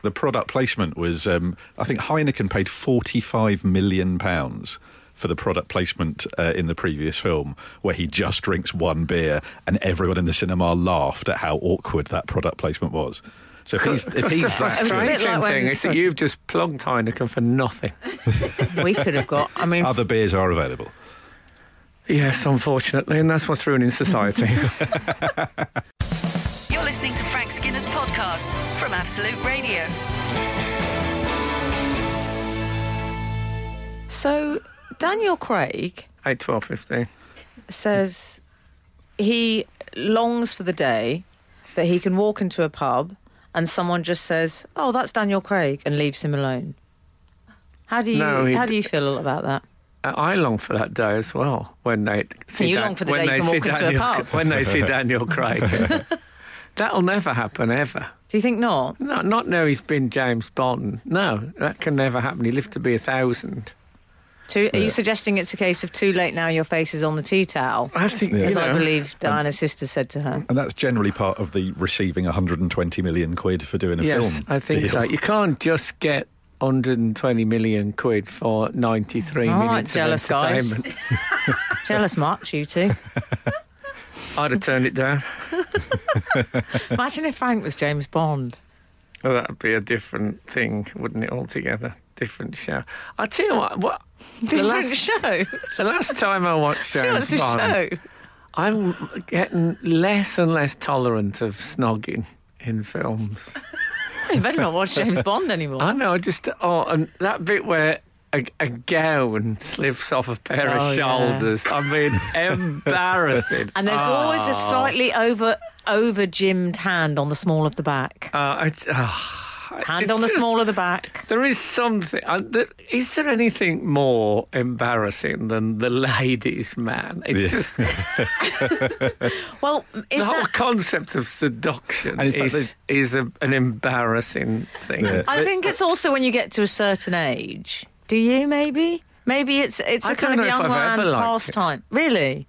S3: the product placement was, um, I think Heineken paid forty five million pounds for the product placement uh, in the previous film, where he just drinks one beer, and everyone in the cinema laughed at how awkward that product placement was. So if he's, if
S2: That's
S3: he's
S2: the
S3: that
S4: was a
S3: good-
S4: bit
S2: frustrating
S4: like when-
S2: thing is that you've just plugged Heineken for nothing.
S4: we could have got. I
S2: Uh,
S4: mean,
S3: other beers are available.
S2: Yes, unfortunately, and that's what's ruining society.
S1: You're listening to Frank Skinner's podcast from Absolute Radio.
S4: so Daniel Craig
S2: 8, 12, 15.
S4: says he longs for the day that he can walk into a pub and someone just says, "Oh, that's Daniel Craig," and leaves him alone. How do you
S2: No, he
S4: How
S2: d-
S4: do you feel about that?
S2: Uh, I long for that day as well when they see
S4: You
S2: Dan-
S4: long for the
S2: when
S4: day you
S2: they
S4: can
S2: see
S4: walk into a
S2: Daniel,
S4: pub.
S2: when they see Daniel Craig. That'll never happen ever.
S4: Do you think not?
S2: No, not now he's been James Bond. No, that can never happen. He lived to be a thousand.
S4: Too, are
S3: Yeah.
S4: you suggesting it's a case of too late now? Your face is on the tea towel,
S2: I think
S3: Yeah.
S2: you
S4: as
S2: know,
S4: I believe Diana's sister said to her.
S3: And that's generally part of the receiving 120 million quid for doing a
S2: Yes,
S3: film.
S2: I think
S3: deal.
S2: so. You can't just get 120 million quid for 93
S4: All right,
S2: minutes
S4: jealous
S2: of
S4: guys.
S2: entertainment.
S4: Jealous much, you two.
S2: I'd have turned it down.
S4: Imagine if Frank was James Bond.
S2: Well, that'd be a different thing, wouldn't it? Altogether, different show. I tell you what. What the
S4: Different
S2: last
S4: show.
S2: the last time I watched
S4: She
S2: James
S4: wants a
S2: Bond,
S4: show.
S2: I'm getting less and less tolerant of snogging in films.
S4: You better not watch James Bond anymore.
S2: I know, I just oh, and that bit where a, a gown slips off a pair
S4: Oh,
S2: of
S4: yeah.
S2: shoulders. I mean, embarrassing. Ah,
S4: And there's always a slightly over over gymmed hand on the small of the back.
S2: Uh, it's, ah,
S4: Hand
S2: it's
S4: on the
S2: just-
S4: small of the back.
S2: There is something. Uh, there, is there anything more embarrassing than the ladies' man? It's
S3: Yeah.
S2: just the
S4: Well, is
S2: whole
S4: that?
S2: concept of seduction
S3: And in fact,
S2: is is a, an embarrassing thing.
S3: Yeah.
S4: I think it's also when you get to a certain age. Do you maybe? Maybe it's it's
S2: I
S4: a
S2: don't
S4: kind of
S2: know if
S4: young
S2: I've ever
S4: man's
S2: liked
S4: pastime. Really?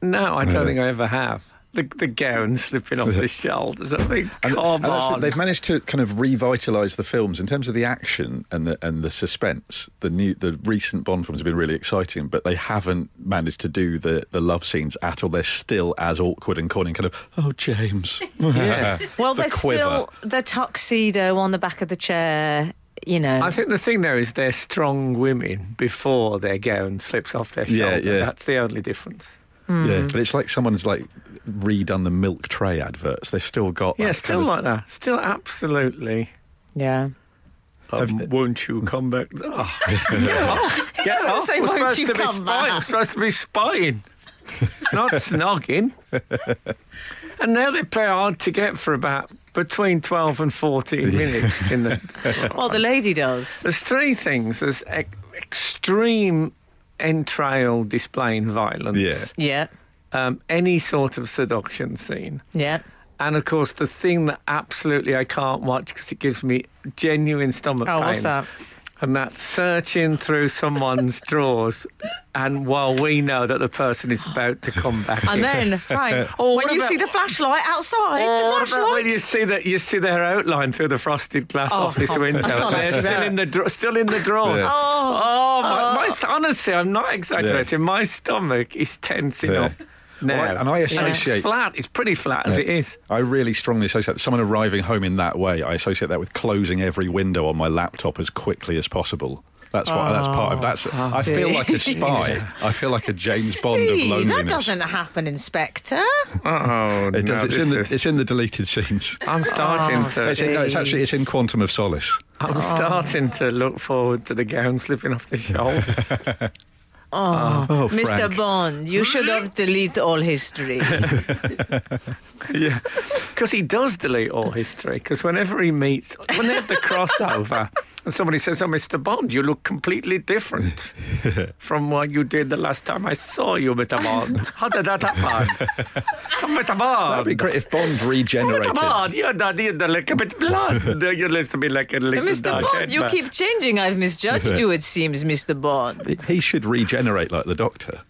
S2: No, I don't
S3: Yeah.
S2: think I ever have. The, the gown slipping off the shoulders. I think,
S3: And-
S2: come
S3: and that's the-
S2: on.
S3: they've managed to kind of revitalise the films in terms of the action and the and the suspense. The new, the recent Bond films have been really exciting, but they haven't managed to do the, the love scenes at all. They're still as awkward and corny, kind of oh James.
S2: Yeah.
S4: Well,
S3: The
S4: there's
S3: quiver.
S4: still the tuxedo on the back of the chair. You know.
S2: I think the thing there is they're strong women before their gown slips off their
S3: Yeah,
S2: shoulder.
S3: yeah.
S2: That's the only difference.
S3: Yeah,
S4: mm.
S3: but it's like someone's like redone the milk tray adverts. They've still got
S2: Yeah,
S3: that
S2: still like
S3: kind
S2: that. Still absolutely.
S4: yeah.
S2: Um, won't you come back? Oh, get off. Get
S4: doesn't
S2: off.
S4: say,
S2: We're
S4: "Won't
S2: supposed
S4: you
S2: to be
S4: come
S2: spying.
S4: back?"
S2: We're supposed to be spying, not snogging. and now they play hard to get for about between 12 and 14 minutes in the.
S4: Well, the lady does.
S2: There's three things. There's ec- extreme entrail displaying violence.
S3: Yeah.
S4: Yeah.
S2: Um, any sort of seduction scene.
S4: Yeah.
S2: And of course, the thing that absolutely I can't watch because it gives me genuine stomach
S4: Oh,
S2: pain.
S4: what's that?
S2: And that's searching through someone's drawers, and while we know that the person is about to come back, in.
S4: And then, Frank,
S2: Oh,
S4: when
S2: what
S4: you
S2: about-
S4: see the flashlight outside,
S2: Oh,
S4: the
S2: what about
S4: flashlight.
S2: when you see that you see their outline through the frosted glass
S4: Oh,
S2: office
S4: I
S2: window?
S4: can't
S2: They're
S4: imagine
S2: still
S4: that.
S2: in the dra- still in the drawers.
S3: Yeah.
S4: Oh,
S2: Oh, my, my, honestly, I'm not exaggerating. My stomach is tensing
S3: Yeah.
S2: up now,
S3: Well, I- and I associate-
S2: it's flat. It's pretty flat as it is.
S3: I really strongly associate someone arriving home in that way. I associate that with closing every window on my laptop as quickly as possible. That's what. that's part of. That's.
S4: Oh,
S3: I feel like a spy. I feel like a James Bond of
S4: Steve,
S3: loneliness.
S4: that doesn't happen, Inspector.
S2: Oh,
S3: It does.
S2: no,
S3: it's
S2: this
S3: in the.
S2: is-
S3: It's in the deleted scenes.
S2: I'm starting
S4: Oh,
S2: to.
S3: It's, in, no, it's
S4: Steve.
S3: actually. It's in Quantum of Solace.
S2: I'm starting to look forward to the gown slipping off the shoulder.
S3: Oh,
S4: Mr.
S3: Frank.
S4: Bond, you should have deleted all history.
S2: yeah, because he does delete all history. Because whenever he meets, when they have the crossover, and somebody says, "Oh, Mr. Bond, you look completely different from what you did the last time I saw you, Mr. Bond. How did that happen, Oh, Mr.
S3: That'd be
S2: Bond?"
S3: great if Bond
S2: Mr.
S3: regenerated.
S2: Bond, you're not you're not like a bit blonde. You used to be like a little
S4: Mr.
S2: dark-haired
S4: Bond, you
S2: man.
S4: keep changing. I've misjudged you, it seems, Mr. Bond.
S3: He should regenerate like the Doctor.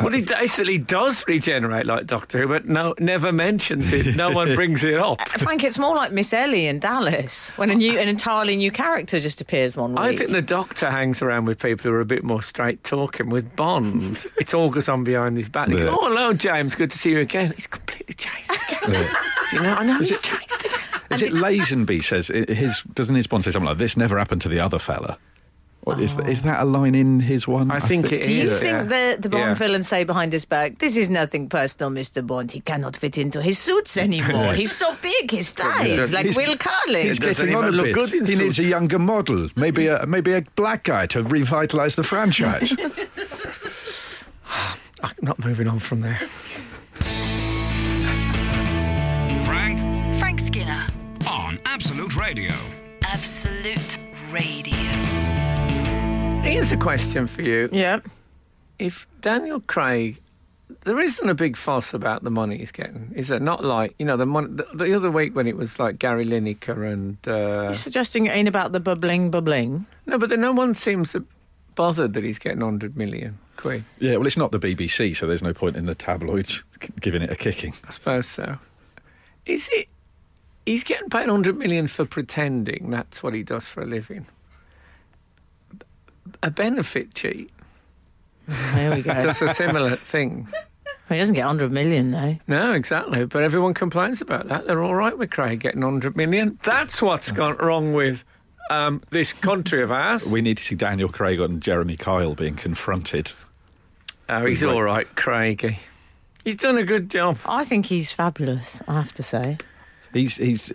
S2: Well, he basically does regenerate like Doctor Who, but no, never mentions it. No one brings it up.
S4: Frank, it's more like Miss Ellie in Dallas when a new, an entirely new character just appears one week.
S2: I think the Doctor hangs around with people who are a bit more straight talking. With Bond, it's all goes on behind his back. They go,
S3: Yeah.
S2: oh, hello, James. Good to see you again. He's completely changed again. you know, I know he's changed again.
S3: Is it Lazenby says i- his? Doesn't his Bond say something like this? Never happened to the other fella. What, is, th- is that a line in his one?
S2: I think it
S4: Do you
S2: is.
S4: think the, the Bond
S2: Yeah.
S4: villains say behind his back, this is nothing personal, Mr. Bond. He cannot fit into his suits anymore. He's so big, his thighs, like
S3: He's-
S4: Will Carling.
S3: He's
S2: doesn't
S3: getting on
S2: even
S3: a
S2: look
S3: bit.
S2: good in
S3: he needs a
S2: suit.
S3: younger model, maybe a maybe a black guy to revitalise the franchise.
S2: I'm not moving on from there.
S5: Frank
S1: Frank Skinner,
S5: on Absolute Radio.
S1: Absolute Radio.
S2: Here's a question for you.
S4: Yeah.
S2: If Daniel Craig, there isn't a big fuss about the money he's getting, is there? Not like, you know, the, mon- the, the other week when it was like Gary Lineker and. Uh,
S4: You're suggesting it ain't about the bubbling, bubbling.
S2: no, but then no one seems bothered that he's getting 100 million quid.
S3: Yeah, well, it's not the BBC, so there's no point in the tabloids g- giving it a kicking.
S2: I suppose so. Is it? He's getting paid 100 million for pretending that's what he does for a living. A benefit cheat
S4: There we go.
S2: does a similar thing.
S4: he doesn't get 100 million, though.
S2: No, exactly. But everyone complains about that. They're all right with Craig getting 100 million. That's what's gone wrong with um, this country of ours.
S3: We need to see Daniel Craig and Jeremy Kyle being confronted.
S2: Oh, he's all right, Craigie. He's done a good job.
S4: I think he's fabulous, I have to say.
S3: He's he's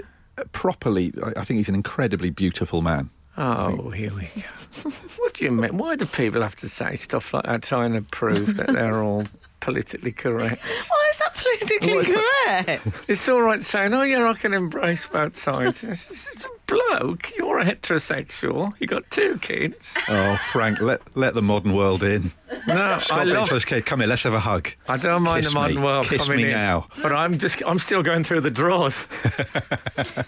S3: properly. I- I think he's an incredibly beautiful man.
S2: Oh, here we go. what do you mean? Why do people have to say stuff like that trying to prove that they're all politically correct?
S4: Why is that politically correct?
S2: It's all right saying, oh, yeah, I can embrace both sides. It's just- it's a bloke. You're a heterosexual. you got two kids.
S3: Oh, Frank, let let the modern world in.
S2: No,
S3: Stop
S2: I
S3: being
S2: love
S3: so scared. Come here, let's have a hug.
S2: I don't mind
S3: Kiss
S2: the modern
S3: me.
S2: world
S3: Kiss
S2: coming in,
S3: me now.
S2: but I'm just—I'm still going through the drawers.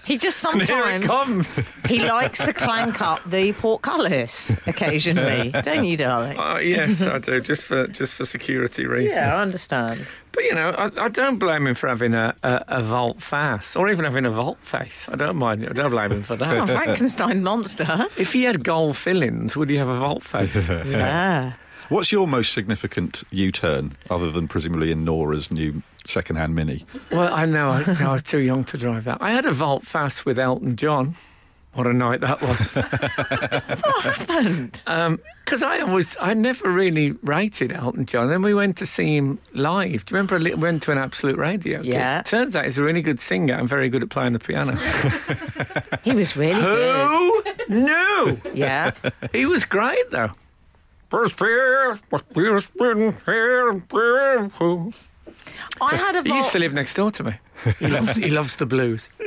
S4: He just
S2: And here it
S4: sometimes
S2: comes.
S4: he likes to clank up the portcullis occasionally, don't you, darling?
S2: Oh yes, I do. Just for just for security reasons.
S4: Yeah, I understand.
S2: But you know, I, I don't blame him for having a, a, a vault face, or even having a vault face. I don't mind. I don't blame him for
S4: Oh,
S2: that.
S4: Frankenstein monster.
S2: if he had gold fillings, would he have a vault face?
S4: Yeah.
S3: What's your most significant U-turn, other than presumably in Nora's new second-hand Mini?
S2: well, I know. I, no, I was too young to drive that. I had a vault face with Elton John. What a night that was.
S4: And
S2: Because I always, I never really rated Elton John. Then we went to see him live. Do you remember? a li- We went to an Absolute Radio. gig?
S4: Yeah.
S2: Turns out he's a really good singer and very good at playing the piano.
S4: he was really good.
S2: Who knew?
S4: Yeah.
S2: He was great though. First beer, must be a spin here, beer, who-
S4: I had a
S2: He used
S4: vault.
S2: to live next door to me. He loves, he loves the blues.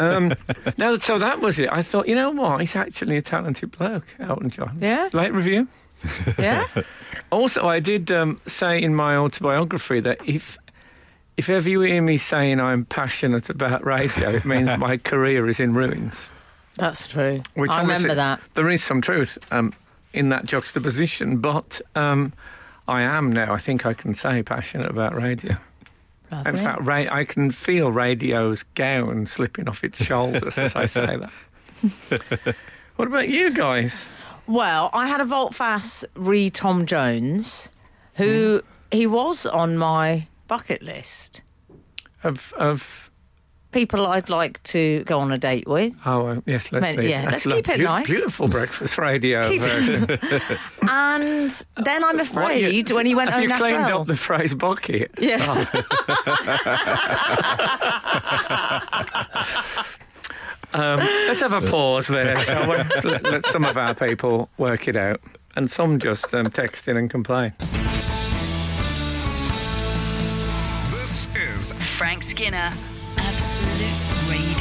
S2: um, no, so that was it. I thought, you know what? He's actually a talented bloke, Elton John.
S4: Yeah.
S2: Late review.
S4: Yeah.
S2: Also, I did um, say in my autobiography that if if ever you hear me saying I'm passionate about radio, it means my career is in ruins.
S4: That's true.
S2: Which
S4: I
S2: obviously-
S4: remember that.
S2: There is some truth um, in that juxtaposition, but um, I am now. I think I can say passionate about radio. In
S4: Lovely.
S2: fact, ra- I can feel radio's gown slipping off its shoulders as I say that. what about you guys?
S4: Well, I had a Volt Fast re Tom Jones, who he was on my bucket list.
S2: Of, of
S4: People I'd like to go on a date with.
S2: oh uh, yes, let's
S4: Meant-
S2: see.
S4: yeah,
S2: That's
S4: let's keep
S2: lo-
S4: it
S2: beaut-
S4: nice.
S2: Beautiful breakfast radio
S4: Keep it-
S2: version.
S4: And then I'm
S2: What
S4: afraid
S2: you-
S4: when he went
S2: Have
S4: on
S2: you cleaned
S4: natural.
S2: up the phrase bucket?
S4: yeah.
S2: Oh, Um, let's have a pause there. shall we? let, let some of our people work it out, and some just um, text in and complain.
S5: This is
S1: Frank Skinner, Absolute Radio.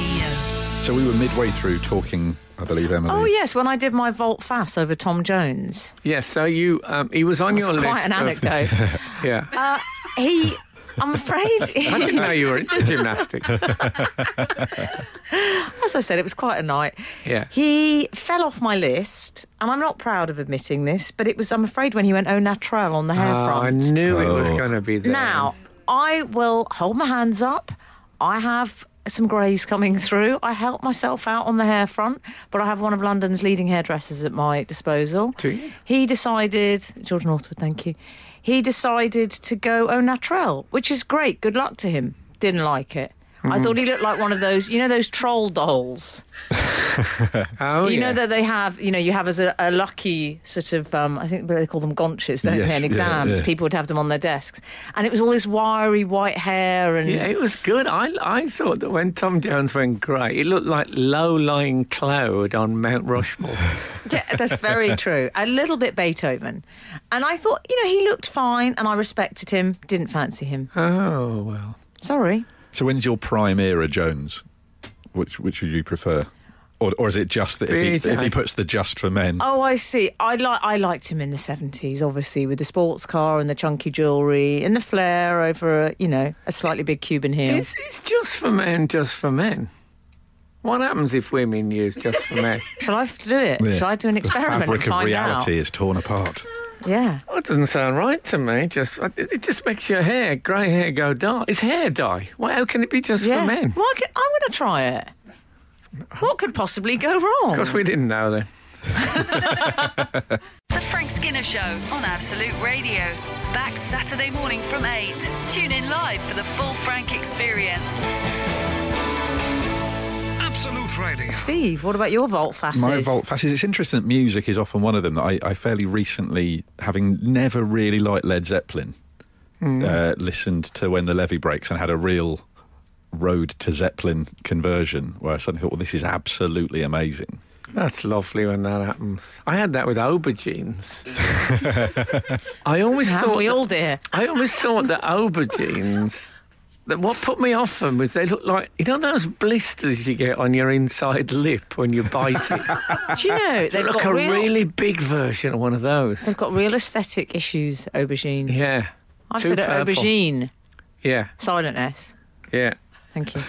S3: So we were midway through talking, I believe, Emily.
S4: Oh yes, when I did my Volt Fast over Tom Jones.
S2: Yes, so you um, he was on
S4: It's
S2: your
S4: quite
S2: list.
S4: an
S2: of-
S4: anecdote.
S2: yeah,
S4: uh, he I'm afraid
S2: I didn't know you were into gymnastics.
S4: as I said, it was quite a night.
S2: Yeah.
S4: He fell off my list, and I'm not proud of admitting this, but it was I'm afraid when he went au naturel on the hair
S2: Oh, I
S4: front.
S2: knew it was
S3: Oh.
S2: going to be there.
S4: Now, I will hold my hands up. I have some greys coming through. I help myself out on the hair front, but I have one of London's leading hairdressers at my disposal.
S2: Do you?
S4: He decided, George Northwood, thank you. He decided to go au naturel, which is great. Good luck to him. Didn't like it.
S2: Mm.
S4: I thought he looked like one of those, you know, those troll dolls.
S2: oh,
S4: you
S2: yeah.
S4: know that they have, you know, you have as a, a lucky sort of, um, I think they call them gaunches, don't
S3: Yes,
S4: they? In
S3: yeah,
S4: exams,
S3: yeah.
S4: people would have them on their desks, and it was all this wiry white hair and.
S2: Yeah, it was good. I, I thought that when Tom Jones went grey, it looked like low-lying cloud on Mount Rushmore.
S4: Yeah, that's very true. A little bit Beethoven. And I thought, you know, he looked fine and I respected him, didn't fancy him.
S2: oh, well.
S4: Sorry.
S3: So when's your prime era, Jones? Which which would you prefer? Or, or is it just that if he,
S2: Big
S3: if he
S2: time.
S3: puts the just for men?
S4: Oh, I see. I like I liked him in the seventies, obviously, with the sports car and the chunky jewellery and the flair over a you know a slightly big Cuban heel.
S2: It's, it's just for men, just for men. What happens if women use just for men?
S4: Shall I have to do it?
S3: Yeah.
S4: Shall I do an experiment
S3: The fabric
S4: and find
S3: of reality is torn apart.
S4: out? Yeah.
S2: Well, it doesn't sound right to me. Just uh, it- it just makes your hair, grey hair, go dark. It's hair dye. Why? How can it be just
S4: Yeah.
S2: for men?
S4: Well, I could- I'm going to try it. What could possibly go wrong?
S2: Because we didn't know then.
S1: The Frank Skinner Show on Absolute Radio. Back Saturday morning from 8. Tune in live for the full Frank experience.
S5: Absolute Radio.
S4: Steve, what about your vault facets?
S3: My vault fasces. It's interesting that music is often one of them. That I, I fairly recently, having never really liked Led Zeppelin,
S4: Hmm.
S3: uh, listened to When the Levee Breaks and had a real road to Zeppelin conversion where I suddenly thought, well, this is absolutely amazing.
S2: That's lovely when that happens. I had that with aubergines. I always
S4: Haven't
S2: thought
S4: we
S2: that-
S4: all, dear?
S2: I always thought that aubergines. That what put me off them was they look like you know those blisters you get on your inside lip when you bite it.
S4: Do you know they've
S2: Look
S4: got
S2: a
S4: real,
S2: really big version of one of those.
S4: they've got real aesthetic issues? Aubergine.
S2: Yeah.
S4: I've
S2: Too
S4: said it,
S2: purple.
S4: aubergine.
S2: Yeah,
S4: Silent S.
S2: yeah.
S4: Thank you.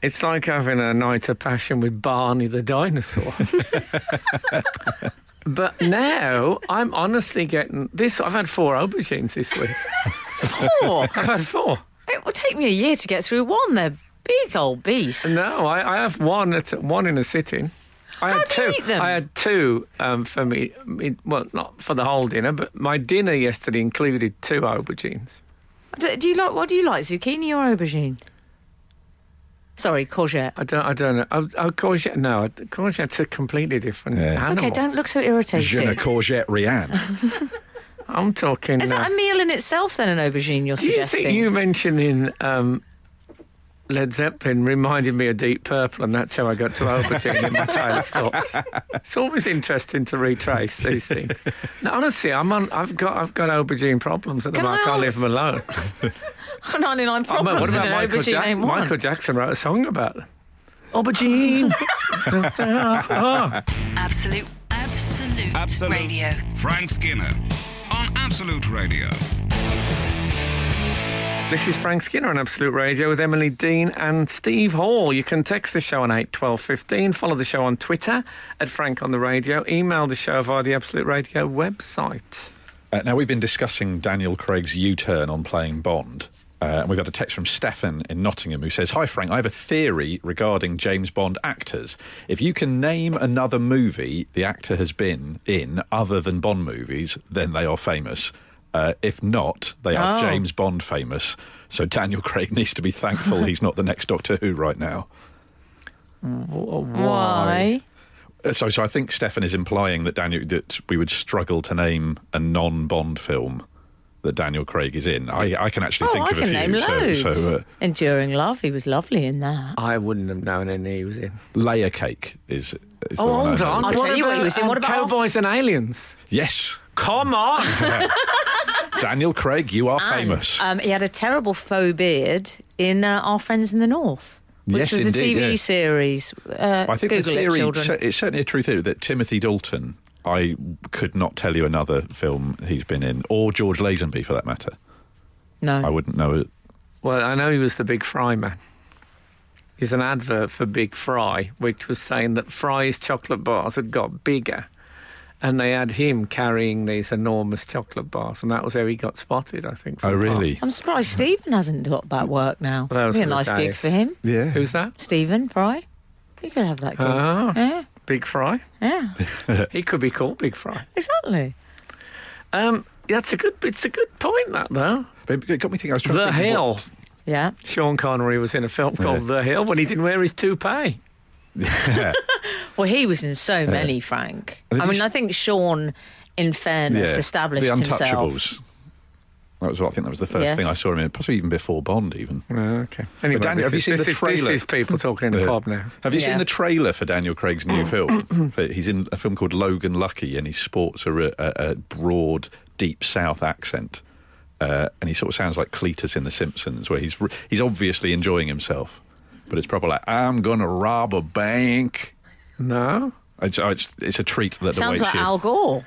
S2: It's like having a night of passion with Barney the dinosaur. but now I'm honestly getting this. I've had four aubergines this week.
S4: Four.
S2: I've had four.
S4: It will take me a year to get through one. They're big old beasts.
S2: No, I, I have one at one in a sitting. I had
S4: do you
S2: two.
S4: eat them?
S2: I had two um, for me, me. Well, not for the whole dinner, but my dinner yesterday included two aubergines.
S4: Do, do you like what do you like, zucchini or aubergine? Sorry, courgette.
S2: I don't. I don't know. Oh, oh courgette. No, I- courgette's a completely different
S3: Yeah.
S2: animal.
S4: Okay, don't look so irritated.
S3: Je ne courgette rien.
S2: I'm talking.
S4: Is
S2: uh,
S4: that a meal in itself then? An aubergine you're
S2: Do you
S4: suggesting?
S2: think you mentioning um, Led Zeppelin reminded me of Deep Purple, and that's how I got to Aubergine in my train of thoughts. It's always interesting to retrace these things. No, honestly, I'm on, I've got I've got Aubergine problems at the
S4: Can
S2: moment.
S4: I
S2: I can't
S4: al-
S2: leave them alone.
S4: 99
S2: Oh, man,
S4: problems
S2: what about
S4: and an
S2: Michael,
S4: aubergine
S2: Jack-
S4: ain't one.
S2: Michael Jackson wrote a song about them. Aubergine.
S1: Absolute, absolute,
S5: Absolute.
S1: radio.
S5: Frank Skinner on Absolute Radio.
S2: This is Frank Skinner on Absolute Radio with Emily Dean and Steve Hall. You can text the show on 8 12 15, follow the show on Twitter at Frank on the Radio, email the show via the Absolute Radio website.
S3: Uh, now, we've been discussing Daniel Craig's U turn on playing Bond. Uh, and we've had a text from Stefan in Nottingham who says, Hi, Frank, I have a theory regarding James Bond actors. If you can name another movie the actor has been in other than Bond movies, then they are famous. Uh, if not, they are
S4: Oh.
S3: James Bond famous. So Daniel Craig needs to be thankful he's not the next Doctor Who right now.
S4: Why?
S3: Uh, So, so I think Stefan is implying that Daniel that we would struggle to name a non-Bond film that Daniel Craig is in. I, I can actually
S4: Oh,
S3: think
S4: I
S3: of a
S4: can
S3: few.
S4: name loads.
S3: So, so uh,
S4: Enduring Love, he was lovely in that.
S2: I wouldn't have known any he was in.
S3: Layer Cake is. is the
S2: Oh,
S3: one I
S2: hold
S3: know.
S2: on.
S4: I'll tell you what he was in. What
S2: um,
S4: about-
S2: Cowboys and Aliens?
S3: Yes,
S2: Come on!
S3: Daniel Craig, you are
S4: And,
S3: famous.
S4: Um, he had a terrible faux beard in uh, Our Friends in the North, which
S3: Yes,
S4: was
S3: indeed,
S4: a TV
S3: yeah.
S4: series. Uh,
S3: I think
S4: Google
S3: the
S4: it,
S3: theory
S4: children.
S3: cer- it's certainly a true theory that Timothy Dalton. I could not tell you another film he's been in, or George Lazenby for that matter.
S4: no.
S3: I wouldn't know it.
S2: Well, I know he was the Big Fry man. He's an advert for Big Fry, which was saying that Fry's chocolate bars had got bigger. And they had him carrying these enormous chocolate bars, and that was how he got spotted, I think. for
S3: Oh,
S2: the
S3: really?
S4: I'm surprised Stephen hasn't got that work now.
S2: That was
S4: Be a
S2: the
S4: nice gig
S2: days.
S4: for him.
S3: Yeah. Uh-huh.
S2: part. Who's that?
S4: Stephen Fry. He could have that gig.
S2: Ah.
S4: Yeah,
S2: Big Fry.
S4: yeah,
S2: he could be called Big Fry.
S4: exactly.
S2: Um, that's a good. It's a good point. That though,
S3: But It got me thinking. I was trying
S2: The
S3: to think
S2: Hill.
S3: What,
S4: Yeah.
S2: Sean Connery was in a film called The Hill when he didn't wear his toupee.
S4: Well, he was in so many, Frank.
S3: And
S4: I
S3: did
S4: mean,
S3: you
S4: I think Sean, in fairness, established
S3: the
S4: himself.
S3: Untouchables. That was what I think that was the first
S4: Yes.
S3: thing I saw him in, possibly even before Bond. Even
S2: okay. Anyway,
S3: Oh, But Daniel,
S2: this
S3: have you
S2: is-
S3: seen
S2: this
S3: the
S2: is-
S3: trailer?
S2: This is people talking in the
S3: Yeah.
S2: pub now.
S3: have you
S4: Yeah.
S3: seen the trailer for Daniel Craig's new film? he's in a film called Logan Lucky, and he sports a, a, a broad, deep South accent. uh, and he sort of sounds like Cletus in The Simpsons, where he's re- he's obviously enjoying himself, but it's proper like I'm gonna rob a bank.
S2: No.
S3: It's oh, it's, it's a treat that the
S4: Sounds
S3: awaits
S4: like
S3: you.
S4: Al Gore.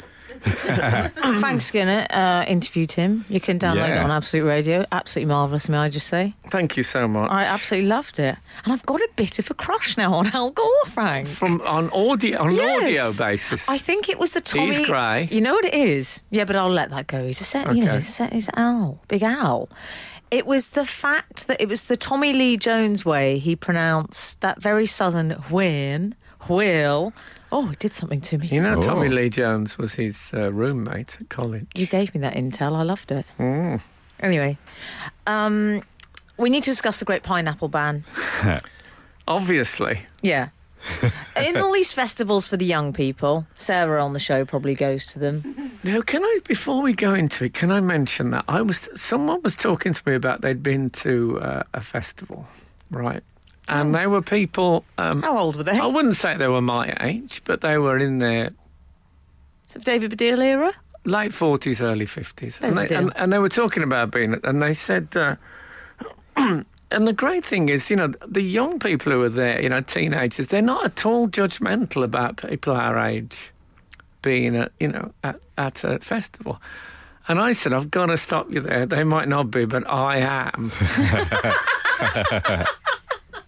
S4: Frank Skinner uh, interviewed him. You can download it
S3: Yeah.
S4: on Absolute Radio. Absolutely marvellous, may I just say.
S2: Thank you so much.
S4: I absolutely loved it. And I've got a bit of a crush now on Al Gore, Frank.
S2: From on audio on
S4: Yes.
S2: an audio basis.
S4: I think it was the Tommy.
S2: grey.
S4: You know what it is? Yeah, but I'll let that go. He's a set. You know,
S2: Okay.
S4: he's a set. He's an owl. Big owl. It was the fact that it was the Tommy Lee Jones way he pronounced that very southern whin, wheel. Oh, it did something to me.
S2: you know,
S3: Oh.
S2: Tommy Lee Jones was his uh, roommate at college.
S4: You gave me that intel. I loved it.
S2: Mm.
S4: Anyway, um, we need to discuss the Great Pineapple Ban.
S2: Obviously.
S4: Yeah. In all these festivals for the young people, Sarah on the show probably goes to them.
S2: Now, can I, before we go into it, can I mention that I was someone was talking to me about they'd been to uh, a festival, right?
S4: Oh.
S2: And they were people. Um,
S4: How old were they?
S2: I wouldn't say they were my age, but they were in their
S4: It's of David Baddiel era.
S2: late forties, early fifties, and,
S4: Oh,
S2: they-
S4: dear.
S2: and, and they were talking about being, and they said, uh, and the great thing is, you know, the young people who are there, you know, teenagers, they're not at all judgmental about people our age being at, you know, at, at a festival. And I said, I've got to stop you there. They might not be, but I am.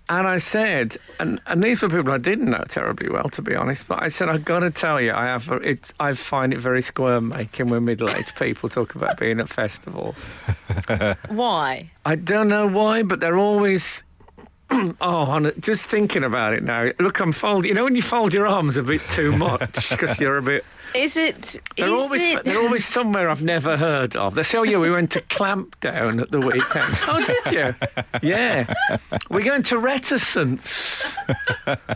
S2: And I said, and, and these were people I didn't know terribly well, to be honest. But I said, I've got to tell you, I have. It's, I find it very squirm-making when middle-aged people talk about being at festivals.
S4: Why?
S2: I don't know why, but they're always. oh, hon- just thinking about it now. Look, I'm folding. You know when you fold your arms a bit too much because you're a bit.
S4: Is it?
S2: They're
S4: is
S2: always.
S4: it-
S2: They're always somewhere I've never heard of. They say, "Oh yeah, we went to Clampdown at the weekend." oh, did you? Yeah, we're going to Reticence.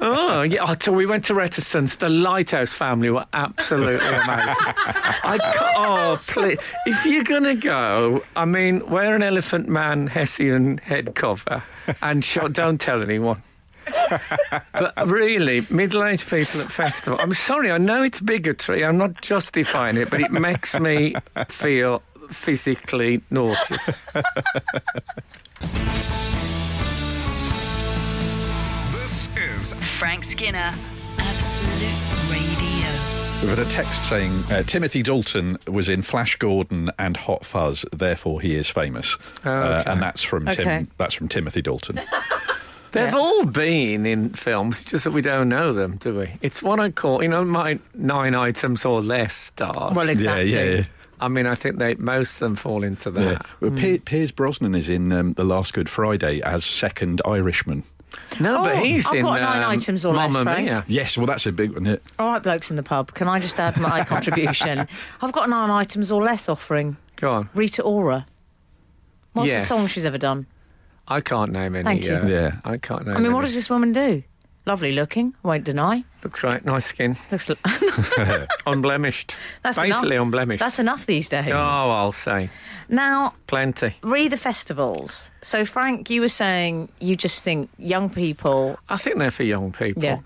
S2: oh yeah, oh, so we went to Reticence. The Lighthouse family were absolutely amazing. I ca- oh, please. If you're going to go, I mean, wear an Elephant Man Hessian head cover and shot, don't tell anyone. but Uh, really, middle aged people at festival. I'm sorry, I know it's bigotry. I'm not justifying it, but it makes me feel physically nauseous.
S5: This is
S1: Frank Skinner, Absolute Radio.
S3: We've had a text saying uh, Timothy Dalton was in Flash Gordon and Hot Fuzz, therefore he is famous, uh, and that's from
S4: Okay.
S3: Tim. That's from Timothy Dalton.
S2: They've all been in films, just that we don't know them, do we? It's what I call, you know, my nine items or less stars.
S4: Well, exactly.
S3: Yeah, yeah, yeah.
S2: I mean, I think they most of them fall into that.
S3: yeah. Well, Pier- Piers Brosnan is in um, The Last Good Friday as second Irishman.
S2: No,
S4: Oh,
S2: but he's
S4: I've
S2: in
S4: got nine
S2: um,
S4: items or less,
S2: Mamma
S4: Frank.
S2: Mia.
S3: Yes, well, that's a big one.
S4: All right, blokes in the pub. Can I just add my contribution? I've got nine items or less offering.
S2: Go on.
S4: Rita Ora. What's the
S2: Yes.
S4: song she's ever done?
S2: I can't name any.
S4: Thank you.
S2: uh,
S3: Yeah.
S2: I can't name.
S4: I mean, what
S2: any.
S4: does this woman do? Lovely looking, won't deny.
S2: Looks right. Nice skin.
S4: Looks. L-
S2: Unblemished.
S4: That's
S2: Basically
S4: enough.
S2: unblemished.
S4: That's enough these days.
S2: oh, I'll say
S4: Now,
S2: plenty.
S4: re the festivals. So, Frank, you were saying you just think young people.
S2: I think they're for young people.
S4: Yeah.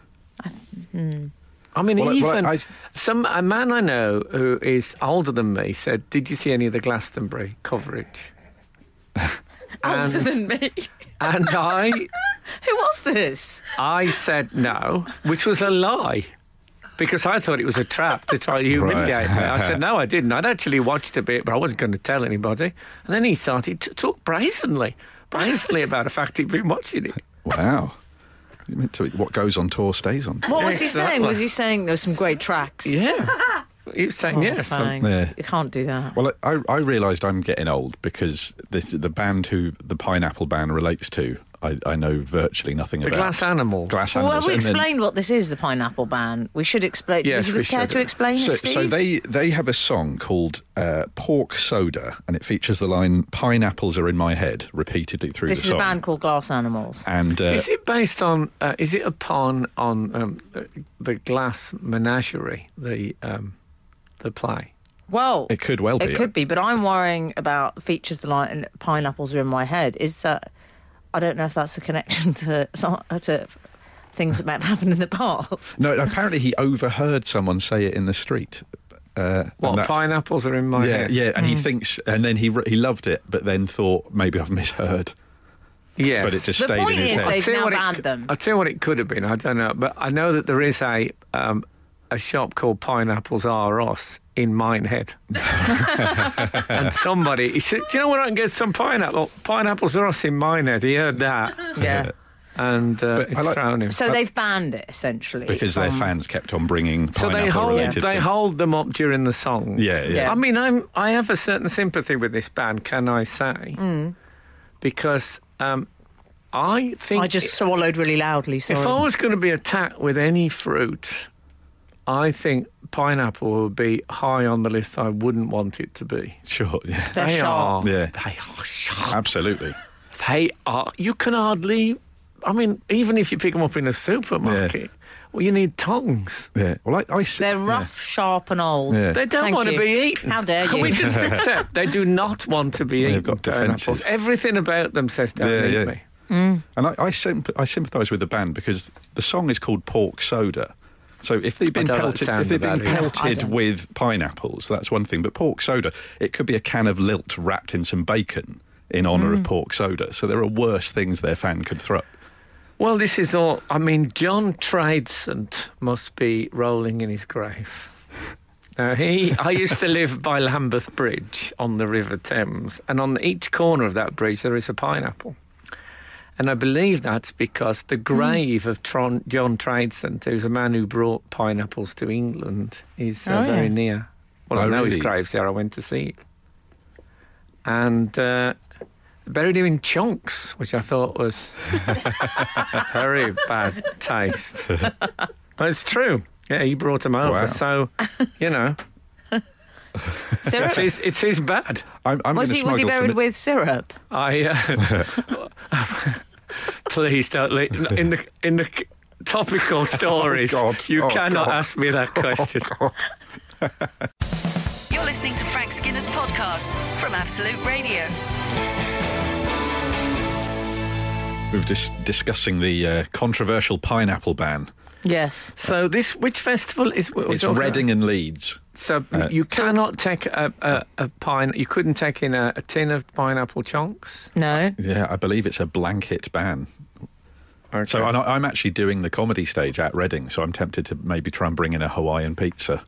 S2: I mean,
S3: Well, I-
S2: even
S3: well, I-
S2: some a man I know who is older than me said, "Did you see any of the Glastonbury coverage?" Um,
S4: Older than me.
S2: And I,
S4: Who was this?
S2: I said no, which was a lie. Because I thought it was a trap to try to humiliate me. I said, no, I didn't. I'd actually watched a bit, but I wasn't going to tell anybody. And then he started to talk brazenly, brazenly about the fact he'd been watching it.
S3: Wow. You meant to- What goes on tour stays on. tour.
S4: What was he saying?
S2: Exactly.
S4: Was he saying there were some great tracks?
S2: Yeah. He was saying,
S4: Oh,
S2: yes. um,
S4: Frank,
S3: Yeah.
S4: You can't do that.
S3: Well, I, I realised I'm getting old because this, the band who the Pineapple Band relates to, I, I know virtually nothing
S2: the
S3: about.
S2: glass animals.
S3: Glass
S4: Well,
S3: Animals.
S4: have we
S3: and then-
S4: explained what this is, the pineapple ban? We should explain.
S2: Yes,
S4: would you
S2: we
S4: care
S2: should.
S4: to explain
S3: So,
S4: it, Steve?
S3: so they they have a song called uh, Pork Soda, and it features the line "Pineapples are in my head" repeatedly through
S4: this
S3: the
S4: is
S3: song.
S4: a band called Glass Animals.
S3: and uh,
S2: Is it based on? Uh, is it a pun on um, uh, the Glass Menagerie, the um, the play?
S4: Well,
S3: It could well be.
S4: It could be, but I'm worrying about features the line and pineapples are in my head. Is that I don't know if that's a connection to some- to things that might have happened in the past.
S3: no, apparently he overheard someone say it in the street, Uh, and
S2: What
S3: that's-
S2: pineapples are in my
S3: Yeah,
S2: hair?
S3: yeah, and he
S4: Hmm.
S3: thinks, and then he re- he loved it, but then thought maybe I've misheard,
S2: Yes.
S3: but it just
S4: The
S3: stayed
S4: point
S3: in his
S4: is
S3: head.
S4: They've
S2: tell you
S4: now
S2: what it
S4: banned
S2: c-
S4: them.
S2: I'll tell you what it could have been. I don't know, but I know that there is a um, a shop called Pineapples R Us in Minehead, and somebody he said, "Do you know where I can get some pineapple? Pineapples R Us in Minehead." He heard that,
S4: Yeah.
S2: and uh,
S3: But I
S2: it's
S3: like-
S2: thrown him.
S4: So they've banned it essentially
S3: because their
S4: from-
S3: fans kept on bringing
S2: So they
S3: pineapple
S2: hold
S3: related.
S2: they hold them up during the song.
S3: yeah, yeah,
S4: Yeah.
S2: I mean, I'm I have a certain sympathy with this band. Can I say?
S4: Mm.
S2: Because um, I think
S4: I just swallowed really loudly. Sorry.
S2: If I was going to be attacked with any fruit, I think pineapple would be high on the list. I wouldn't want it to be.
S3: sure, yeah,
S4: They're
S2: they
S4: sharp.
S2: are.
S3: Yeah.
S2: They are sharp.
S3: absolutely.
S2: They are. You can hardly. I mean, even if you pick them up in a supermarket, well, you need tongs.
S3: Yeah, well, I, I s-
S4: They're
S3: yeah.
S4: rough, sharp, and old.
S3: Yeah.
S2: They don't
S4: Thank
S2: want
S4: you.
S2: to be eaten.
S4: How dare
S2: Can
S4: you.
S2: we just accept they do not want to be
S3: They've
S2: eaten?
S3: got
S2: pineapples?
S3: defences.
S2: Everything about them says don't
S3: Yeah,
S2: eat
S3: yeah.
S2: me.
S3: And I, I, symp- I sympathise with the band because the song is called Pork Soda. So if they've been
S2: don't like the
S3: pelted,
S2: sound
S3: if they've
S2: of
S3: been
S2: that either.
S3: pelted with pineapples, that's one thing. But pork soda, it could be a can of lilt wrapped in some bacon in honour of pork soda. So there are worse things their fan could throw.
S2: Well, this is all. I mean, John Tradescent must be rolling in his grave. Now, he, I used to live by Lambeth Bridge on the River Thames, and on each corner of that bridge there is a pineapple. And I believe that's because
S4: Hmm.
S2: the grave of Tron, John Tradescent, who's a man who brought pineapples to England, is uh,
S4: Oh, yeah.
S2: very near. Well, I
S3: Oh,
S2: know
S3: really?
S2: his grave's there. I went to see it, and uh, buried him in chunks, which I thought was very bad taste. But it's true. Yeah, he brought him over.
S3: Wow.
S2: So, you know,
S4: Syrup?
S2: it's his, it's his bad.
S3: I'm, I'm
S4: was
S3: gonna
S4: he was he
S3: smuggle
S4: buried
S3: some-
S4: with syrup?
S2: I. Uh, please don't. Leave. In the in the topical stories,
S3: Oh, God.
S2: you
S3: Oh,
S2: cannot
S3: God. Oh,
S2: ask me that question.
S1: You're listening to Frank Skinner's podcast from Absolute Radio.
S3: We were just discussing the uh, controversial pineapple ban.
S4: Yes.
S2: So, this which festival is? what we're
S3: It's
S2: talking about?
S3: Reading and Leeds.
S2: So
S3: Uh,
S2: you cannot take a, a, a pine. You couldn't take in a, a tin of pineapple chunks.
S4: No.
S3: Yeah, I believe it's a blanket ban.
S2: Okay.
S3: So and I, I'm actually doing the comedy stage at Reading, so I'm tempted to maybe try and bring in a Hawaiian pizza.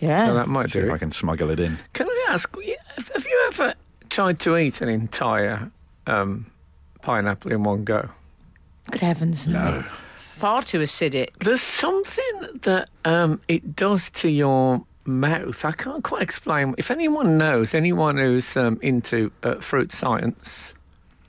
S4: Yeah.
S2: Well, that might
S3: See
S2: do.
S3: if I
S2: it.
S3: can smuggle it in.
S2: Can I ask? Have you ever tried to eat an entire um, pineapple in one go?
S4: Good heavens, no.
S3: No.
S4: Far too acidic.
S2: There's something that um, it does to your mouth. I can't quite explain. If anyone knows, anyone who's um, into uh, fruit science,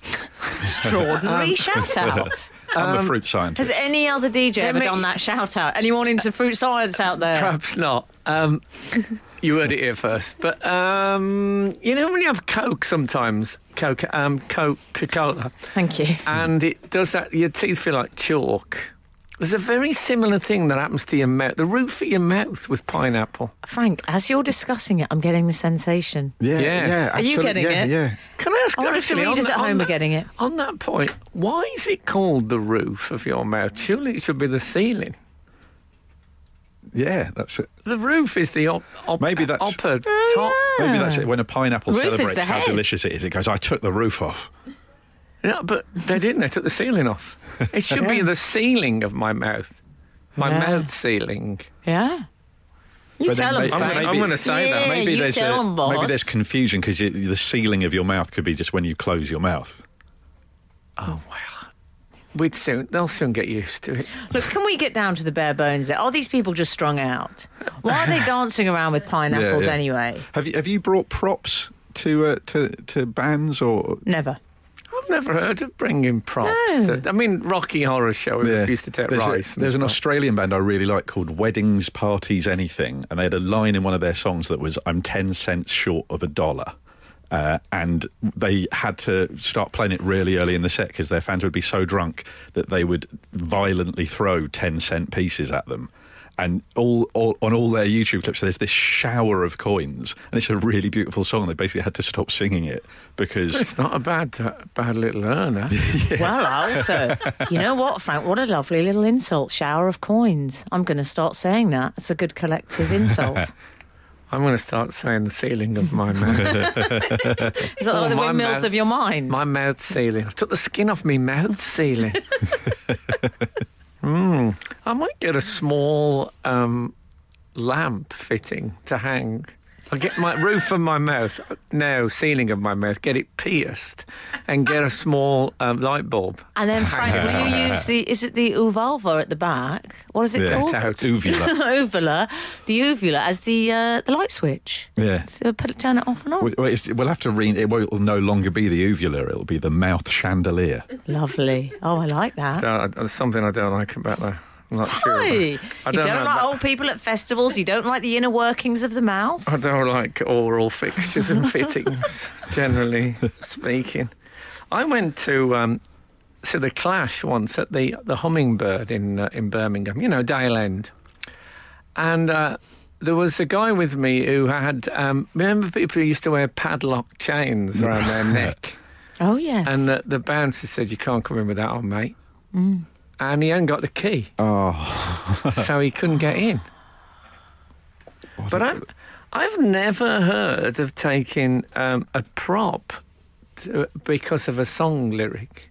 S3: Um,
S4: Extraordinary shout out.
S3: I'm a fruit scientist.
S4: Um, Has any other DJ ever
S2: me-
S4: done that shout out? Anyone into fruit science out there?
S2: perhaps not. Um, you heard it here first, but um, you know when you have Coke sometimes, Coke, um, Coca Cola,
S4: Thank you.
S2: and it does that. Your teeth feel like chalk. There's a very similar thing that happens to your mouth, the roof of your mouth with pineapple.
S4: Frank, as you're discussing it, I'm getting the sensation.
S3: Yeah,
S2: Yes.
S3: yeah.
S4: Are you
S3: absolute-
S4: getting
S3: yeah,
S4: it?
S3: Yeah.
S2: Can I ask
S4: I wonder if the
S2: actually, on
S4: readers
S2: that-
S4: at
S2: on
S4: home
S2: that-
S4: are getting it.
S2: On that point, why is it called the roof of your mouth? Surely it should be the ceiling.
S3: Yeah, that's it.
S2: The roof is the op- op-
S3: Maybe that's-
S2: upper top.
S4: Oh, yeah.
S3: Maybe that's it. When a pineapple
S4: Roof is the
S3: celebrates how
S4: head.
S3: delicious it is, it goes, I took the roof off.
S2: No, but they didn't. They took the ceiling off. It should be
S4: Yeah.
S2: the ceiling of my mouth. My
S4: Yeah.
S2: mouth ceiling.
S4: Yeah. You
S3: But then
S4: tell them,
S3: may-
S2: I'm,
S4: Frank.
S3: maybe-
S2: I'm going to say
S4: Yeah,
S2: that.
S3: maybe,
S4: you
S3: there's
S4: tell
S3: a-
S4: 'em, boss.
S3: maybe there's confusion because the ceiling of your mouth could be just when you close your mouth.
S2: We'd soon. They'll soon get used to it.
S4: Look, can we get down to the bare bones there? Are these people just strung out? Why are they dancing around with pineapples
S3: yeah.
S4: anyway?
S3: Have you have you brought props to uh, to to bands or
S4: Never.
S2: I've never heard of bringing props.
S4: No.
S2: I mean, Rocky Horror Show. We
S3: Yeah.
S2: used to take
S3: there's a-
S2: rice. and
S3: there's an
S2: stuff.
S3: Australian band I really like called Weddings, Parties, Anything, and they had a line in one of their songs that was "I'm ten cents short of a dollar." Uh, and they had to start playing it really early in the set because their fans would be so drunk that they would violently throw 10 cent pieces at them. And all, all on all their YouTube clips, there's this shower of coins. And it's a really beautiful song. They basically had to stop singing it because
S2: It's not a bad, uh, bad little earner.
S4: Well, I also, you know what, Frank? What a lovely little insult. Shower of coins. I'm going to start saying that. It's a good collective insult.
S2: I'm going to start saying the ceiling of my mouth.
S4: Is that
S2: Oh,
S4: like the
S2: my
S4: windmills
S2: mouth.
S4: of your mind?
S2: my mouth ceiling. I took the skin off my mouth ceiling. Hmm. I might get a small um, lamp fitting to hang. I'll get my roof of my mouth, no, ceiling of my mouth, get it pierced and get a small um, light bulb.
S4: and then, Frank, will you use the? Is it the uvulva at the back? What is it
S3: Yeah.
S4: called?
S2: Get out.
S3: Uvula.
S4: uvula, the uvula as the uh, the light switch.
S3: Yeah.
S4: So put it, turn it off and on.
S3: We- well, it's- We'll have to re. It will no longer be the uvula. It'll be the mouth chandelier.
S4: Lovely. Oh, I like that.
S2: Don't- Uh, There's something I don't like about that. I'm not sure.
S4: Hi.
S2: about-
S4: You
S2: I
S4: don't,
S2: don't know
S4: like
S2: about-
S4: old people at festivals. You don't like the inner workings of the mouth.
S2: I don't like oral fixtures and fittings, generally speaking. I went to um, to the Clash once at the the Hummingbird in uh, in Birmingham. You know, Dale End, and uh, there was a guy with me who had. Um, remember, people used to wear padlock chains around their neck.
S4: Oh yes.
S2: And uh, the, the bouncer said, You can't come in with that on, mate.
S4: Mm.
S2: And he hadn't got the key.
S3: Oh.
S2: so he couldn't get in. But I'm, I've never heard of taking um, a prop to, because of a song lyric.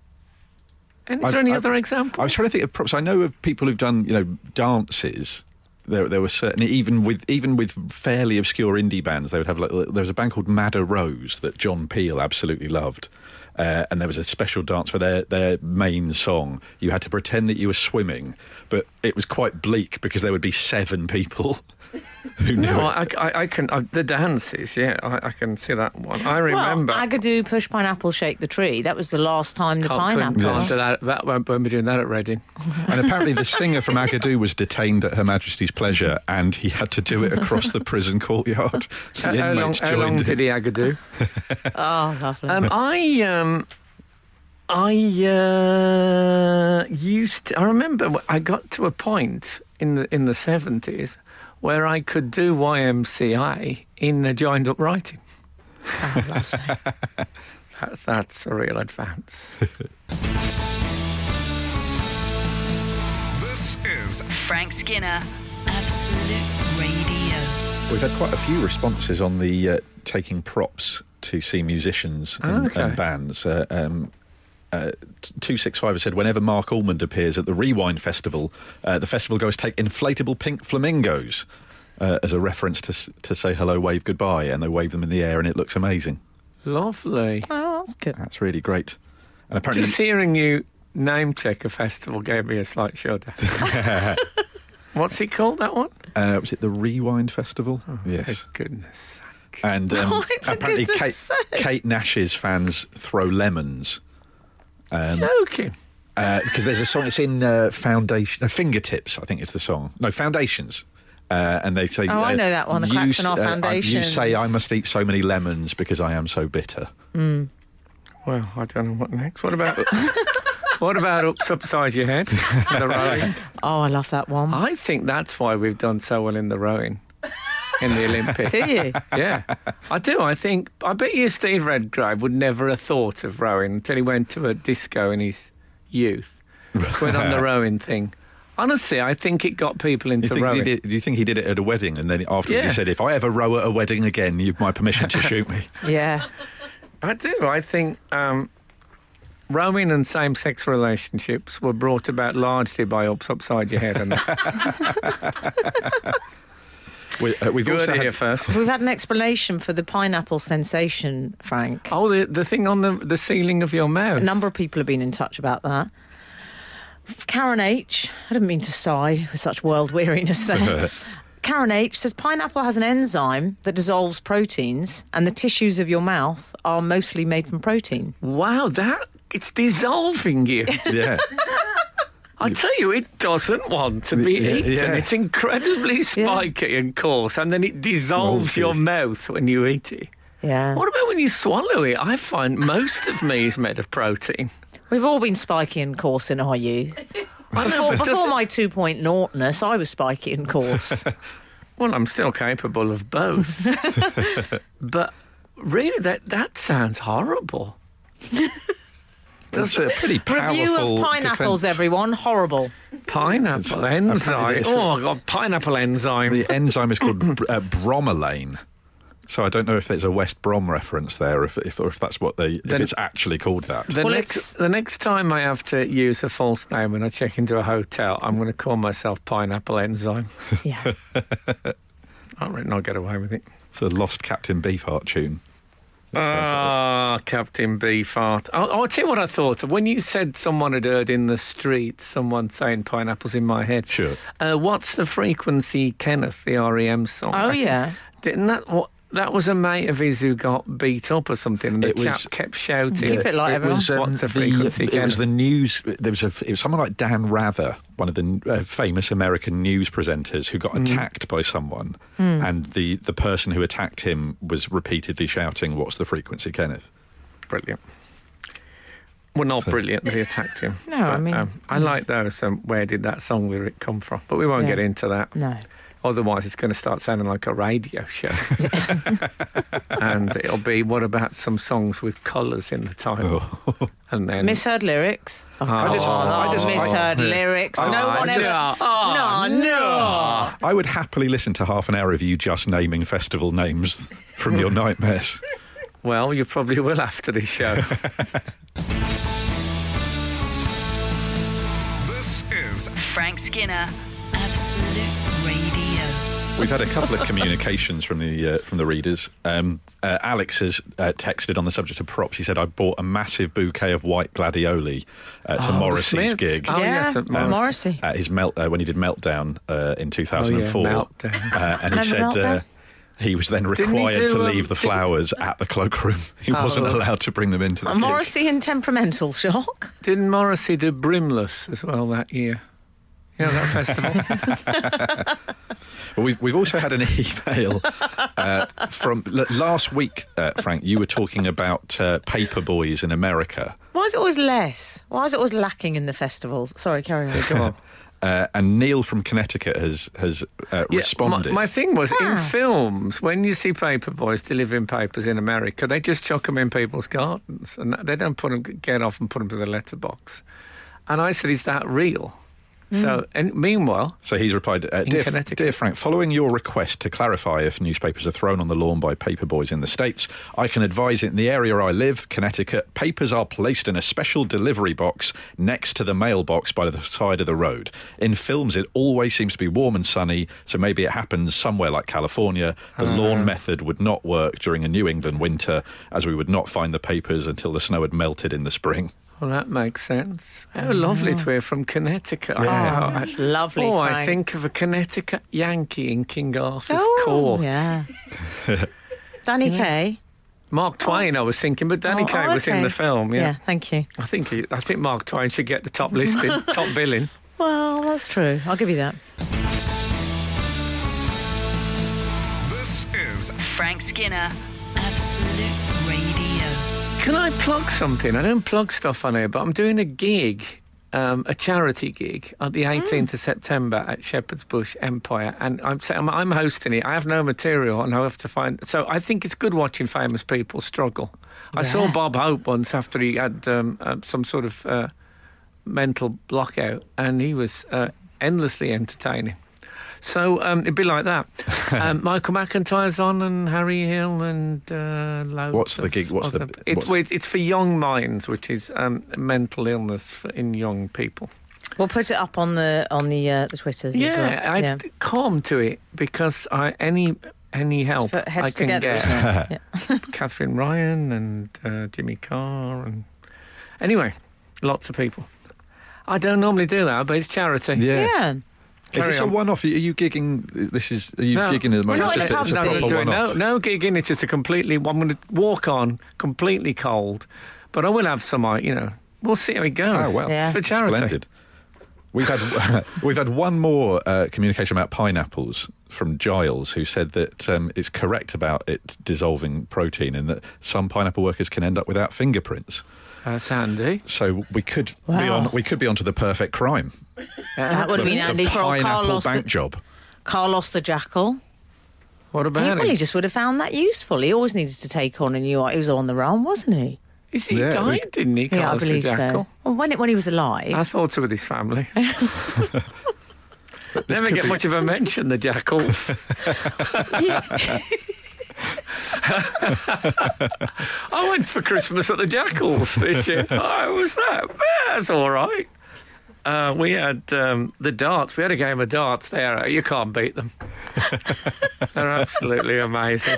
S2: And is
S3: I've-
S2: there any
S3: I've-
S2: other example?
S3: I was trying to think of props. I know of people who've done, you know, dances. There, there were certainly even with even with fairly obscure indie bands, they would have like there was a band called Madder Rose that John Peel absolutely loved, uh, and there was a special dance for their their main song. You had to pretend that you were swimming, but it was quite bleak because there would be seven people who knew
S2: no,
S3: it.
S2: I, I, I can. I, the dances, yeah, I, I can see that one. I remember.
S4: Well, Agadoo, push pineapple, shake the tree. That was the last time the
S2: can't, couldn't-
S4: pineapple.
S2: can't do that. that won't, won't be doing that at Reading.
S3: And apparently, the singer from Agadoo was detained at Her Majesty's pleasure, and he had to do it across the prison courtyard. The
S2: How- how long,
S3: inmates
S2: how long
S3: joined
S2: did
S3: in.
S2: he agadoo?
S4: Oh, lovely.
S2: Um, I um, I uh, used. I remember wh- I got to a point in the in the seventies where I could do YMCA in a joined up writing. that's that's a real advance.
S5: This is
S1: Frank Skinner, Absolute Radio.
S3: We've had quite a few responses on the uh, taking props to see musicians and,
S2: okay.
S3: and bands. Uh, um, uh, t- 265 has said, whenever Mark Almond appears at the Rewind Festival, uh, the festival goers take inflatable pink flamingos uh, as a reference to, s- to say hello, wave goodbye, and they wave them in the air, and it looks amazing.
S2: Lovely.
S4: oh, that's good.
S3: That's really great. And apparently,
S2: Just hearing you name check a festival gave me a slight shudder. What's it called? That one?
S3: uh, was it the Rewind Festival? yes.
S2: Oh, goodness. sake.
S3: And um,
S4: Oh, for
S3: apparently,
S4: goodness
S3: Kate,
S4: sake.
S3: Kate Nash's fans throw lemons. uh,
S2: Joking.
S3: because there's a song. It's in uh, Foundation, no, Fingertips. I think it's the song. No, Foundations. Uh, and they say,
S4: Oh, I
S3: uh,
S4: know that one, the
S3: you
S4: cracks in
S3: s-
S4: our
S3: uh, I- You say,
S4: foundations.
S3: "I must eat so many lemons because I am so bitter."
S2: Well, I don't know what next. What about what about ups upside your head? The rowing.
S4: Oh, I love that one.
S2: I think that's why we've done so well in the rowing in the Olympics.
S4: Do you?
S2: Yeah, I do. I think I bet you Steve Redgrave would never have thought of rowing until he went to a disco in his youth. went on the rowing thing. Honestly, I think it got people
S3: You
S2: into
S3: think he
S2: rowing.
S3: did, do you think he did it at a wedding, and then afterwards
S2: Yeah.
S3: he said, "If I ever row at a wedding again, you've my permission to shoot me."
S4: Yeah.
S2: I do. I think um, rowing and same-sex relationships were brought about largely by ups upside your head. And that.
S3: We, uh, we've
S2: you heard
S3: also
S2: it
S3: had
S2: here first.
S4: We've had an explanation for the pineapple sensation, Frank.
S2: Oh, the the thing on the the ceiling of your mouth.
S4: A number of people have been in touch about that. Karen H. I didn't mean to sigh with such world weariness there. Karen H says pineapple has an enzyme that dissolves proteins, and the tissues of your mouth are mostly made from protein.
S2: Wow, that it's dissolving you.
S3: yeah,
S2: I tell you, it doesn't want to be
S3: Yeah,
S2: eaten.
S3: yeah.
S2: It's incredibly spiky and coarse, and then it dissolves
S3: Moldy.
S2: your mouth when you eat it.
S4: Yeah.
S2: What about when you swallow it? I find most of me is made of protein.
S4: We've all been spiky and coarse in our youth.
S2: I know,
S4: Before,
S2: but
S4: before
S2: doesn't-
S4: my 2.0-ness, I was spiky and coarse.
S2: Well, I'm still capable of both. but really, that that sounds horrible.
S3: that's a pretty powerful
S4: Review of pineapples,
S3: defense.
S4: everyone. Horrible.
S2: Pineapple enzyme.
S3: it's-
S2: Oh, I got pineapple enzyme.
S3: The enzyme is called br- uh, bromelain. So I don't know if there's a West Brom reference there, if if, or if that's what they, if
S2: Then-
S3: it's actually called that.
S2: The
S4: Well, it's-
S2: next the next time I have to use a false name when I check into a hotel, I'm going to call myself Pineapple Enzyme.
S4: Yeah.
S2: I reckon I'll get away with it.
S3: It's a lost Captain Beefheart tune.
S2: Ah, Captain Beefheart. I'll, I'll tell you what I thought. When you said someone had heard in the street someone saying pineapples in my head.
S3: Sure.
S2: Uh, what's the frequency, Kenneth, the REM song?
S4: Oh,
S2: I think-
S4: yeah.
S2: Didn't that. What, that was a mate of his who got beat up or something, and the
S3: It was-
S2: chap kept shouting.
S3: uh,
S4: Keep it light, everyone.
S2: What's the frequency,
S3: it
S2: Kenneth?
S3: was um, the news. There was a, it was someone like Dan Rather, one of the uh, famous American news presenters, who got attacked by someone, and the the person who attacked him was repeatedly shouting, "What's the frequency, Kenneth?"
S2: Brilliant. Well, not brilliant. They attacked him.
S4: No, I mean-
S2: I like those. Um, where did that song lyric come from? But we won't
S4: Yeah.
S2: get into that.
S4: No.
S2: Otherwise, it's going to start sounding like a radio show, and it'll be what about some songs with colours in the title?
S3: Oh.
S2: And then
S4: Misheard lyrics. Oh,
S3: I just- I just-
S4: misheard
S3: I-
S4: lyrics.
S3: I-
S4: no
S2: I
S4: one
S2: just-
S4: ever.
S2: Oh,
S4: no, no.
S3: I would happily listen to half an hour of you just naming festival names from your nightmares.
S2: Well, you probably will after this show.
S5: This is
S1: Frank Skinner, Absolute Radio.
S3: We've had a couple of communications from the uh, from the readers. Um, uh, Alex has uh, texted on the subject of props. He said, "I bought a massive bouquet of white gladioli uh, to
S2: Oh, the
S3: Morrissey's
S2: Smiths.
S3: gig." um,
S2: Oh, yeah,
S4: yeah.
S2: to Morris-
S4: Morrissey.
S3: at his melt uh, when he did meltdown uh, in 2004
S2: Oh, yeah, Meltdown.
S3: Uh, and he said
S4: Remember
S3: uh,
S4: Meltdown?
S3: he was then
S2: he
S3: required
S2: do,
S3: to
S2: um,
S3: leave the
S2: did-
S3: flowers at the cloakroom he wasn't
S2: Oh.
S3: allowed to bring them into the
S4: A
S3: gig.
S4: Morrissey in temperamental shock.
S2: Didn't Morrissey do Brimless as well that year? You know that festival?
S3: Well, we've, we've also had an email uh, from l- last week uh, frank you were talking about uh, paper boys in america
S4: Why is it always less? Why is it always lacking in the festivals? Sorry, carry on.
S2: Come on.
S3: uh, and neil from connecticut has has uh,
S2: Yeah,
S3: responded
S2: My, my thing was in films, when you see paper boys delivering papers in America, they just chuck them in people's gardens and that- they don't put them, get off and put them to the letterbox. And I said, is that real?
S4: Mm.
S2: So, and meanwhile,
S3: So he's replied, uh, dear,
S2: Connecticut.
S3: dear Frank, following your request to clarify if newspapers are thrown on the lawn by paper boys in the States, I can advise in the area I live, Connecticut, papers are placed in a special delivery box next to the mailbox by the side of the road. In films, it always seems to be warm and sunny, so maybe it happens somewhere like California.
S2: Uh-huh.
S3: The lawn method would not work during a New England winter, as we would not find the papers until the snow had melted in the spring.
S2: well, that makes sense.
S4: Oh,
S2: How lovely to hear from Connecticut.
S3: Yeah.
S2: Oh, I-
S4: It's lovely.
S2: Oh, I
S4: Frank.
S2: think of a Connecticut Yankee in King Arthur's
S4: Oh,
S2: Court.
S4: Yeah. Danny Kaye.
S2: Mark Twain, I was thinking, but Danny
S4: Oh,
S2: Kaye
S4: oh,
S2: was in
S4: okay.
S2: the film. Yeah,
S4: thank you.
S2: I think he, I think Mark Twain should get the top listing, top billing.
S4: Well, that's true. I'll give you that.
S5: this is
S1: Frank Skinner, Absolute Radio.
S2: Can I plug something? I don't plug stuff on here, but I'm doing a gig, um, a charity gig, at the 18th of September at Shepherd's Bush Empire, and I'm, so I'm I'm hosting it. I have no material, and I have to find. So I think it's good watching famous people struggle. I saw
S4: Yeah.
S2: Bob Hope once after he had um, uh, some sort of uh, mental block out, and he was uh, endlessly entertaining. So um, it'd be like that. um, Michael McIntyre's on, and Harry Hill, and uh, loads.
S3: What's the
S2: of
S3: gig- what's the-
S2: other- It's,
S3: what's-
S2: well, it's- it's for young minds, which is um, mental illness for, in young people.
S4: We'll put it up on the on the uh, the Twitters. as
S2: Yeah,
S4: well.
S2: I would calm to it because I any any help
S4: For
S2: I
S4: heads
S2: can
S4: together.
S2: get.
S4: Isn't it? yeah.
S2: Catherine Ryan and uh, Jimmy Carr and anyway, lots of people. I don't normally do that, but it's charity.
S4: yeah.
S3: Is
S2: Carry
S3: this
S2: on.
S3: a one off? Are you gigging? This is. Are you
S2: No.
S3: gigging at the moment?
S4: We're not
S3: It's just
S4: in
S3: a- it's
S4: pubs,
S3: a
S4: Dave.
S3: proper
S2: no, doing,
S3: one-off.
S2: no, no gigging. It's just a completely. I'm going to walk on completely cold, but I will have some. uh, You know, we'll see how it goes.
S3: Oh well,
S4: Yeah.
S2: It's for charity.
S3: Splendid. We've had we've had one more uh, communication about pineapples from Giles, who said that um, it's correct about it dissolving protein, and that some pineapple workers can end up without fingerprints.
S2: That's handy.
S3: So we could be
S4: Wow.
S3: on we could be onto the perfect crime.
S4: That would have
S3: the,
S4: been
S3: the
S4: handy for old
S3: pineapple
S4: Carlos.
S3: bank
S4: The,
S3: job.
S4: Carlos the Jackal.
S2: What
S4: He,
S2: about
S4: well, he
S2: it?
S4: just would have found that useful. He always needed to take on a new. He was on the run, wasn't he?
S2: Is he
S3: Yeah,
S2: died,
S3: they-
S2: didn't he,
S4: Yeah, I
S2: Carlos the
S4: believe so.
S2: Jackal?
S4: Well, when it, when he was alive,
S2: I thought so with his family.
S3: But this
S2: Never
S3: could
S2: get
S3: be-
S2: much of a mention, the jackals. I went for Christmas at the Jackals this year. I was that. Yeah, that's all right. Uh, we had um, the darts. We had a game of darts there. You can't beat them. They're absolutely amazing.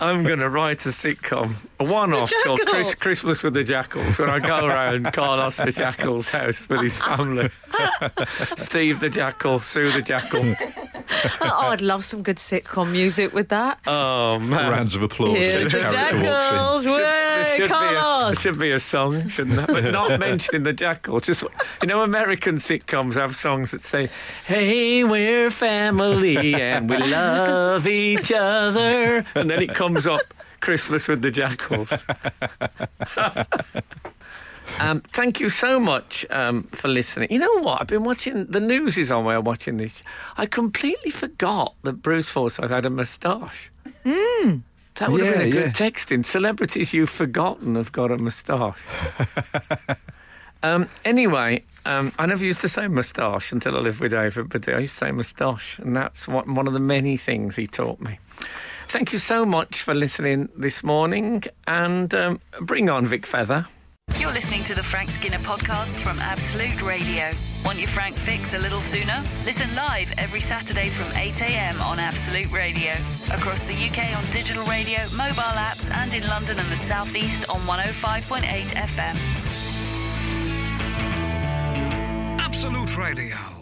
S2: I'm going to write a sitcom, a one-off called Chris,
S4: Jackals.
S2: Christmas with the Jackals, where I go around Carlos the Jackal's house with his family. Steve the Jackal, Sue the Jackal.
S4: oh, I'd love some good sitcom music with that.
S2: Oh man,
S3: rounds of applause. as
S4: Here's
S3: each
S4: the
S3: character walks in.
S4: jackals,
S2: there
S4: way,
S2: should Be a, there
S4: Carlos.
S2: should be a song, shouldn't there? But not mentioning the jackal. Just you know, American sitcoms have songs that say, "Hey, we're family and we love each other," and then it comes up Christmas with the jackals. Um, thank you so much um, for listening. You know what? I've been watching the news is on while watching this. I completely forgot that Bruce Forsyth had a moustache. That would have been a
S3: Yeah,
S2: good
S3: yeah.
S2: text in. Celebrities you've forgotten have got a moustache. um, anyway, um, I never used to say moustache until I lived with David, but I used to say moustache, and that's what, one of the many things he taught me. Thank you so much for listening this morning, and um, bring on Vic Feather.
S1: You're listening to the Frank Skinner podcast from Absolute Radio. Want your Frank fix a little sooner? Listen live every Saturday from 8 a.m. on Absolute Radio. Across the UK on digital radio, mobile apps, and in London and the South East on 105.8 FM.
S5: Absolute Radio.